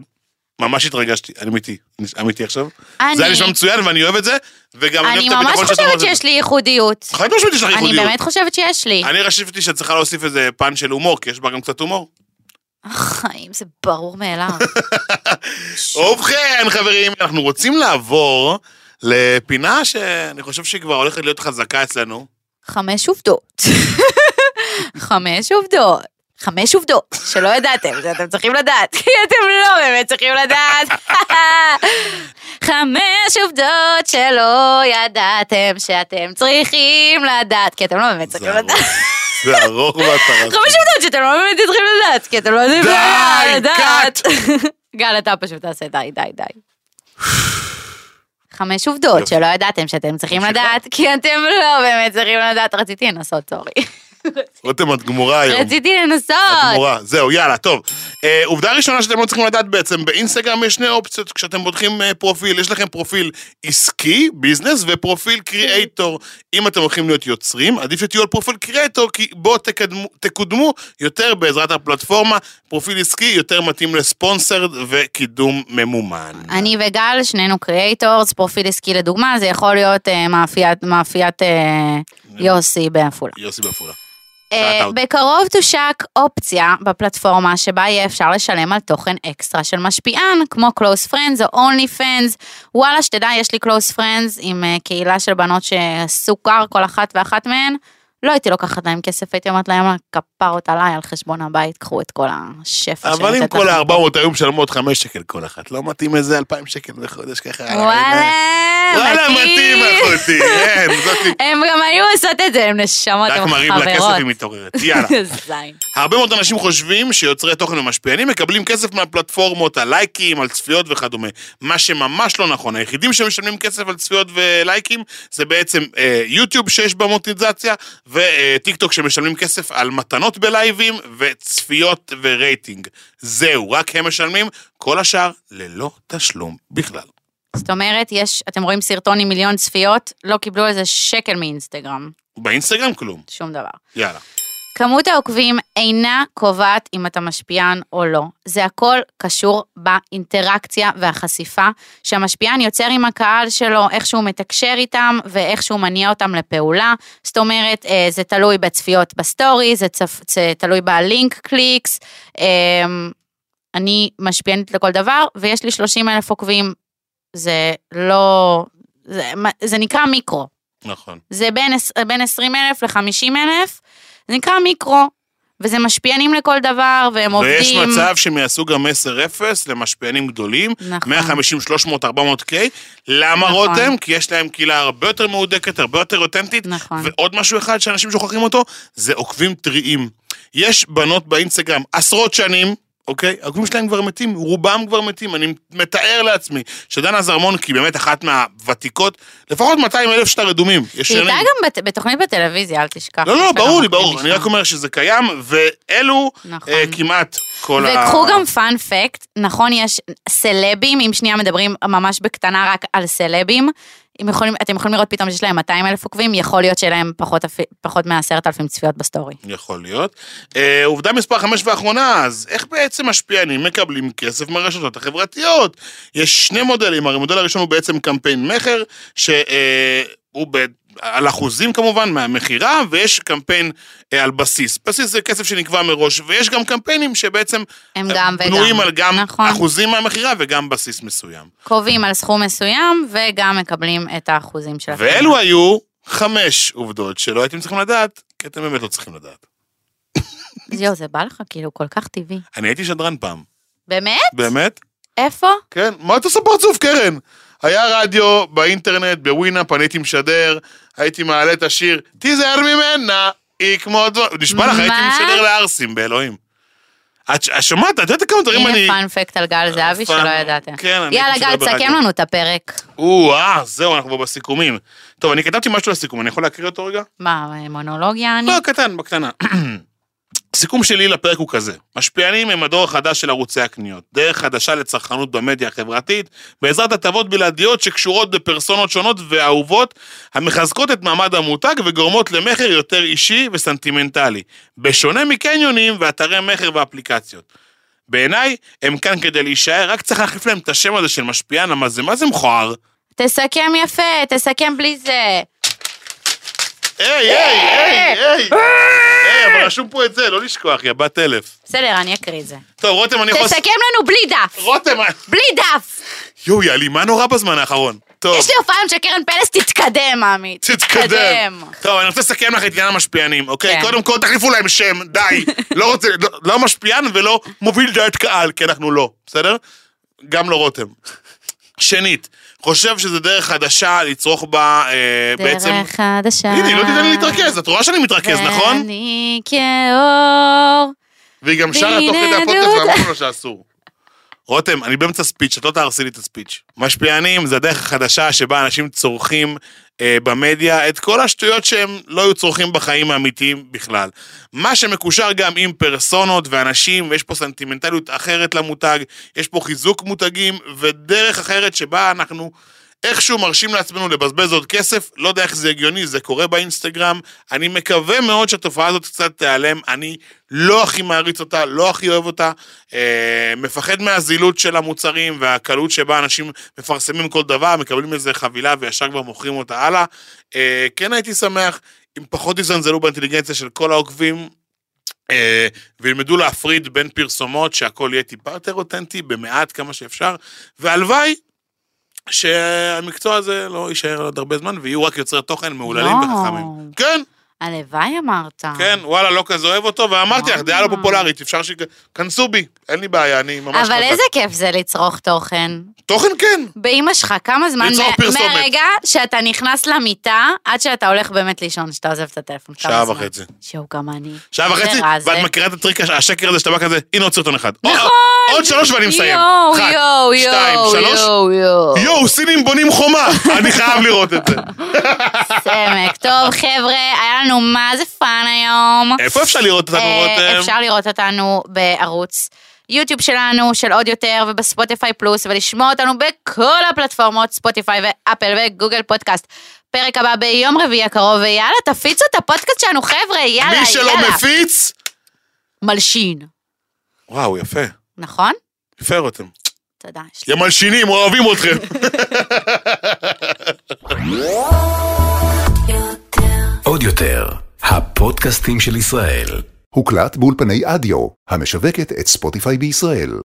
B: ממש התרגשתי, אני אמיתי, אני אמיתי עכשיו.
C: אני-
B: זה היה נשמע מצוין ואני אוהב את זה, וגם אני אוהב
C: אני
B: את
C: ממש
B: הביטחון שאת אומרת
C: חושבת
B: את זה.
C: שיש לי ייחודיות.
B: חד משמעית יש לך
C: אני
B: ייחודיות.
C: באמת חושבת שיש לי.
B: אני חשבתי שאת צריכה להוסיף איזה פן של הומור, כי יש בה גם קצת הומור.
C: חיים, זה ברור מאליו.
B: ובכן, חברים, אנחנו רוצים לעבור לפינה שאני חושב שהיא כבר הולכת להיות חזקה אצלנו.
C: חמש עובדות. חמש עובדות. חמש עובדות שלא ידעתם, שאתם צריכים לדעת, כי אתם לא באמת צריכים לדעת. חמש עובדות שלא ידעתם שאתם צריכים לדעת, כי אתם לא באמת צריכים
B: זה ארוך.
C: לדעת.
B: זה ארוך והטרח.
C: חמש עובדות שאתם לא באמת צריכים לדעת, כי אתם לא יודעים
B: די,
C: לדעת. גל, אתה פשוט תעשה די, די, די. חמש עובדות
B: יופי.
C: שלא ידעתם שאתם צריכים
B: ממשיכה.
C: לדעת, כי אתם לא באמת צריכים לדעת. רציתי לנסות, סורי.
B: רותם, את גמורה היום.
C: רציתי לנסות.
B: גמורה. זהו, יאללה, טוב. אה, עובדה ראשונה שאתם לא צריכים לדעת בעצם, באינסטגרם יש שני אופציות כשאתם בודקים אה, פרופיל. יש לכם פרופיל עסקי, ביזנס, ופרופיל קריאייטור. אם אתם הולכים להיות יוצרים, עדיף שתהיו על פרופיל קריאייטור, כי בו תקדמו, תקודמו יותר בעזרת הפלטפורמה. פרופיל עסקי יותר מתאים לספונסרד וקידום ממומן.
C: אני וגל, שנינו קריאייטורס, פרופיל עסקי לדוגמה, זה יכול להיות אה, מאפיית- מאפיית אה, יוסי בעפולה.
B: יוסי בעפולה.
C: אה,
B: שאט-אאוט.
C: בקרוב תושק אופציה בפלטפורמה שבה יהיה אפשר לשלם על תוכן אקסטרה של משפיען, כמו Close Friends או Only Fans. וואלה, שתדע, יש לי Close Friends עם אה, קהילה של בנות שעשו קר, כל אחת ואחת מהן. לא הייתי לוקחת להם כסף, הייתי אומרת להם, כפרות עליי על חשבון הבית, קחו את כל השפע
B: אבל אם
C: שנתת
B: כל
C: לכם."
B: ה-400 היו משלמות 5 שקל כל אחת, לא מתאים איזה 2,000 שקל בחודש ככה. על
C: וואלה,
B: העיניים. אה, וואלה, מתאים אחותי, כן, זאתי.
C: הם גם היו עושות את זה, הם נשמות,
B: רק
C: הם
B: מראים לה כסף
C: חברות.
B: היא מתעוררת, יאללה.
C: זין.
B: הרבה מאוד אנשים חושבים שיוצרי תוכן ומשפיענים מקבלים כסף מהפלטפורמות, על לייקים, על צפיות וכדומה. מה שממש לא נכון, היחידים שמשלמים כסף על צפיות ולייקים זה בעצם אה, יוטיוב שיש בה מוטיזציה, וטיק טוק שמשלמים כסף על מתנות בלייבים, וצפיות ורייטינג. זהו, רק הם משלמים, כל השאר ללא תשלום בכלל.
C: זאת אומרת, יש, אתם רואים סרטון עם מיליון צפיות, לא קיבלו על זה שקל מאינסטגרם,
B: באינסטגרם כלום,
C: שום דבר.
B: יאללה.
C: כמות העוקבים אינה קובעת אם אתה משפיען או לא. זה הכל קשור באינטראקציה והחשיפה שהמשפיען יוצר עם הקהל שלו, איך שהוא מתקשר איתם ואיך שהוא מניע אותם לפעולה. זאת אומרת, אה, זה תלוי בצפיות בסטורי, זה, צפ... זה תלוי בלינק קליקס. אה, אני משפיענית לכל דבר, ויש לי 30 אלף עוקבים. זה לא... זה, זה נקרא מיקרו.
B: נכון.
C: זה בין, עש- בין 20 אלף ל-50 אלף, זה נקרא מיקרו, וזה משפיענים לכל דבר, והם
B: ויש
C: עובדים.
B: מצב שהם יעשו גם 10-0 למשפיענים גדולים,
C: נכון.
B: 150, 300, 400 K. אוקיי? למה
C: נכון.
B: רותם? כי יש להם קהילה הרבה יותר מהודקת, הרבה יותר אותנטית.
C: נכון.
B: ועוד משהו אחד שאנשים שוכחים אותו, זה עוקבים טריים. יש בנות באינסטגרם עשרות שנים, אוקיי? העוקבים שלהם כבר מתים, רובם כבר מתים. אני מתאר לעצמי שדנה זרמון, כי היא באמת אחת מהוותיקות, לפחות 200 אלף שלה רדומים. יש
C: היא הייתה
B: שנים.
C: גם בת, בתוכנית בטלוויזיה, אל תשכח.
B: לא,
C: יש לה
B: לא,
C: גם
B: ברור לי,
C: עוקבים
B: ברור. אני
C: משם.
B: רק אומר שזה קיים, ואלו
C: נכון.
B: אה, כמעט כל ה...
C: וקחו גם פאנפקט, נכון, יש סלבים, אם שנייה מדברים ממש בקטנה רק על סלבים, אם יכולים, אתם יכולים לראות פתאום שיש להם 200 אלף עוקבים, יכול להיות שיהיה להם פחות, אפי- פחות מ-10,000 צפיות בסטורי.
B: יכול להיות. אה, עובדה מספר 5 ואחרונה, אז איך בעצם משפיענים מקבלים כסף מהרשתות החברתיות? יש שני מודלים, הרי המודל הראשון הוא בעצם קמפיין מכר, שהוא ב... על אחוזים כמובן מהמכירה, ויש קמפיין אה, על בסיס. בסיס זה כסף שנקבע מראש, ויש גם קמפיינים שבעצם
C: הם
B: אה,
C: גם וגם.
B: בנויים על גם
C: נכון.
B: אחוזים מהמכירה וגם בסיס מסוים.
C: קובעים על סכום מסוים, וגם מקבלים את האחוזים של הקנייה.
B: ואלו היו חמש עובדות שלא הייתם צריכים לדעת, כי אתם באמת לא צריכים לדעת.
C: יואו, זה בא לך כאילו כל כך טבעי.
B: אני הייתי שדרן פעם,
C: באמת?
B: באמת?
C: איפה?
B: כן, מה אתה עושה פרצוף, קרן? היה רדיו באינטרנט, בווינאפ, אני הייתי משדר, הייתי מעלה את השיר, תיזהר ממנה, היא כמו... הדבר-" נשבע לך, הייתי
C: מה?
B: משדר לערסים, באלוהים. את ש- את שומעת? את יודעת כמה דברים אני...
C: הנה פאנפקט על גל זהבי
B: פאנ-
C: שלא ידעתם.
B: כן, אני
C: יאללה,
B: הייתי
C: גל,
B: שומע ברדיו.
C: תסכם לנו את הפרק.
B: או-אה, אה, זהו, אנחנו כבר בסיכומים. טוב, אני כתבתי משהו לסיכום, אני יכול להקריא אותו רגע?
C: מה, מונולוגיה אני?
B: לא, קטן, בקטנה. סיכום שלי לפרק הוא כזה, משפיענים הם הדור החדש של ערוצי הקניות, דרך חדשה לצרכנות במדיה החברתית, בעזרת הטבות בלעדיות שקשורות בפרסונות שונות ואהובות, המחזקות את מעמד המותג וגורמות למכר יותר אישי וסנטימנטלי, בשונה מקניונים ואתרי מכר ואפליקציות. בעיניי, הם כאן כדי להישאר, רק צריך להחליף להם את השם הזה של משפיען, למה זה, מה זה מכוער?
C: תסכם יפה, תסכם בלי זה.
B: היי, היי, היי, היי, היי, אבל רשום פה את זה, לא לשכוח, יא בת אלף.
C: בסדר, אני אקריא את זה.
B: טוב, רותם, אני יכול...
C: תסכם לנו בלי דף!
B: רותם,
C: בלי דף!
B: יואו, יאלי, מה נורא בזמן האחרון? טוב,
C: יש לי הופעה של קרן פלס, תתקדם, עמית.
B: תתקדם. טוב, אני רוצה לסכם לך את עניין המשפיענים, אוקיי?
C: כן.
B: קודם כל, תחליפו להם שם, די. לא רוצה, לא- לא משפיען ולא מוביל דעת קהל, כי אנחנו לא, בסדר? גם לא רותם. שנית, חושב שזה דרך חדשה לצרוך בה אה, בעצם...
C: דרך חדשה. כן.
B: הנה, היא לא תיתן לי להתרכז, את רואה שאני מתרכז, נכון?
C: ואני כאור.
B: והיא גם שרה תוך כדי
C: והנה
B: הפודקאסט
C: הדוד.
B: ואמרנו לו שאסור. רותם, אני באמצע ספיץ', את לא תהרסי לי את הספיץ'. משפיענים זה הדרך החדשה שבה אנשים צורכים אה, במדיה את כל השטויות שהם לא היו צורכים בחיים האמיתיים בכלל. מה שמקושר גם עם פרסונות ואנשים, ויש פה סנטימנטליות אחרת למותג, יש פה חיזוק מותגים ודרך אחרת שבה אנחנו... איכשהו מרשים לעצמנו לבזבז עוד כסף, לא יודע איך זה הגיוני, זה קורה באינסטגרם. אני מקווה מאוד שהתופעה הזאת קצת תיעלם, אני לא הכי מעריץ אותה, לא הכי אוהב אותה, אה, מפחד מהזילות של המוצרים והקלות שבה אנשים מפרסמים כל דבר, מקבלים איזה חבילה וישר כבר מוכרים אותה הלאה. אה, כן הייתי שמח אם פחות יזנזלו באינטליגנציה של כל העוקבים, אה, וילמדו להפריד בין פרסומות, שהכל יהיה טיפה יותר אותנטי, במעט כמה שאפשר, והלוואי שהמקצוע הזה לא יישאר עוד הרבה זמן, ויהיו רק יוצרי תוכן מהוללים
C: לא. אה.
B: וחכמים. כן,
C: הלוואי אמרת.
B: כן, וואלה, לא כזה אוהב אותו, ואמרתי לך, דעה לא
C: וואו.
B: פופולרית, אפשר ש... כנסו בי, אין לי בעיה, אני ממש...
C: אבל
B: חזק.
C: איזה כיף זה לצרוך תוכן.
B: תוכן כן.
C: באימא שלך, כמה זמן,
B: לצרוך
C: מה-
B: פרסומת.
C: מהרגע שאתה נכנס למיטה, עד שאתה הולך באמת לישון, שאתה עוזב את הטלפון. כמה
B: שעה
C: זמן?
B: וחצי.
C: שואו, גם אני.
B: שעה
C: זה
B: וחצי,
C: רע זה.
B: ואת מכירה את הטריק הש- השקר הזה שאתה בא כזה, הנה עוד סרטון אחד. או,
C: נכון!
B: עוד שלוש ואני מסיים.
C: יואו,
B: אחת,
C: יואו,
B: שתיים,
C: יואו,
B: שלוש.
C: יואו, יואו.
B: יואו, סינים בונים חומה, אני חייב לראות את זה.
C: סמק. טוב, חבר'ה, היה לנו מה זה פאן היום.
B: איפה אפשר לראות אותנו,
C: אה,
B: רותם?
C: אפשר לראות אותנו בערוץ יוטיוב שלנו, של עוד יותר, ובספוטיפיי פלוס, ולשמוע אותנו בכל הפלטפורמות, ספוטיפיי ואפל וגוגל פודקאסט. פרק הבא ביום רביעי הקרוב, ויאללה, תפיצו את הפודקאסט שלנו, חבר'ה, יאללה,
B: מי שלא
C: יאללה.
B: מפיץ...
C: מלשין,
B: וואו, יפה.
C: נכון?
B: יפה, רותם.
C: תודה. יש לי-
B: יא מלשינים, אוהבים אתכם.
A: עוד יותר, הפודקאסטים של ישראל.
D: הוקלט באולפני אדיו, המשווקת את ספוטיפיי בישראל.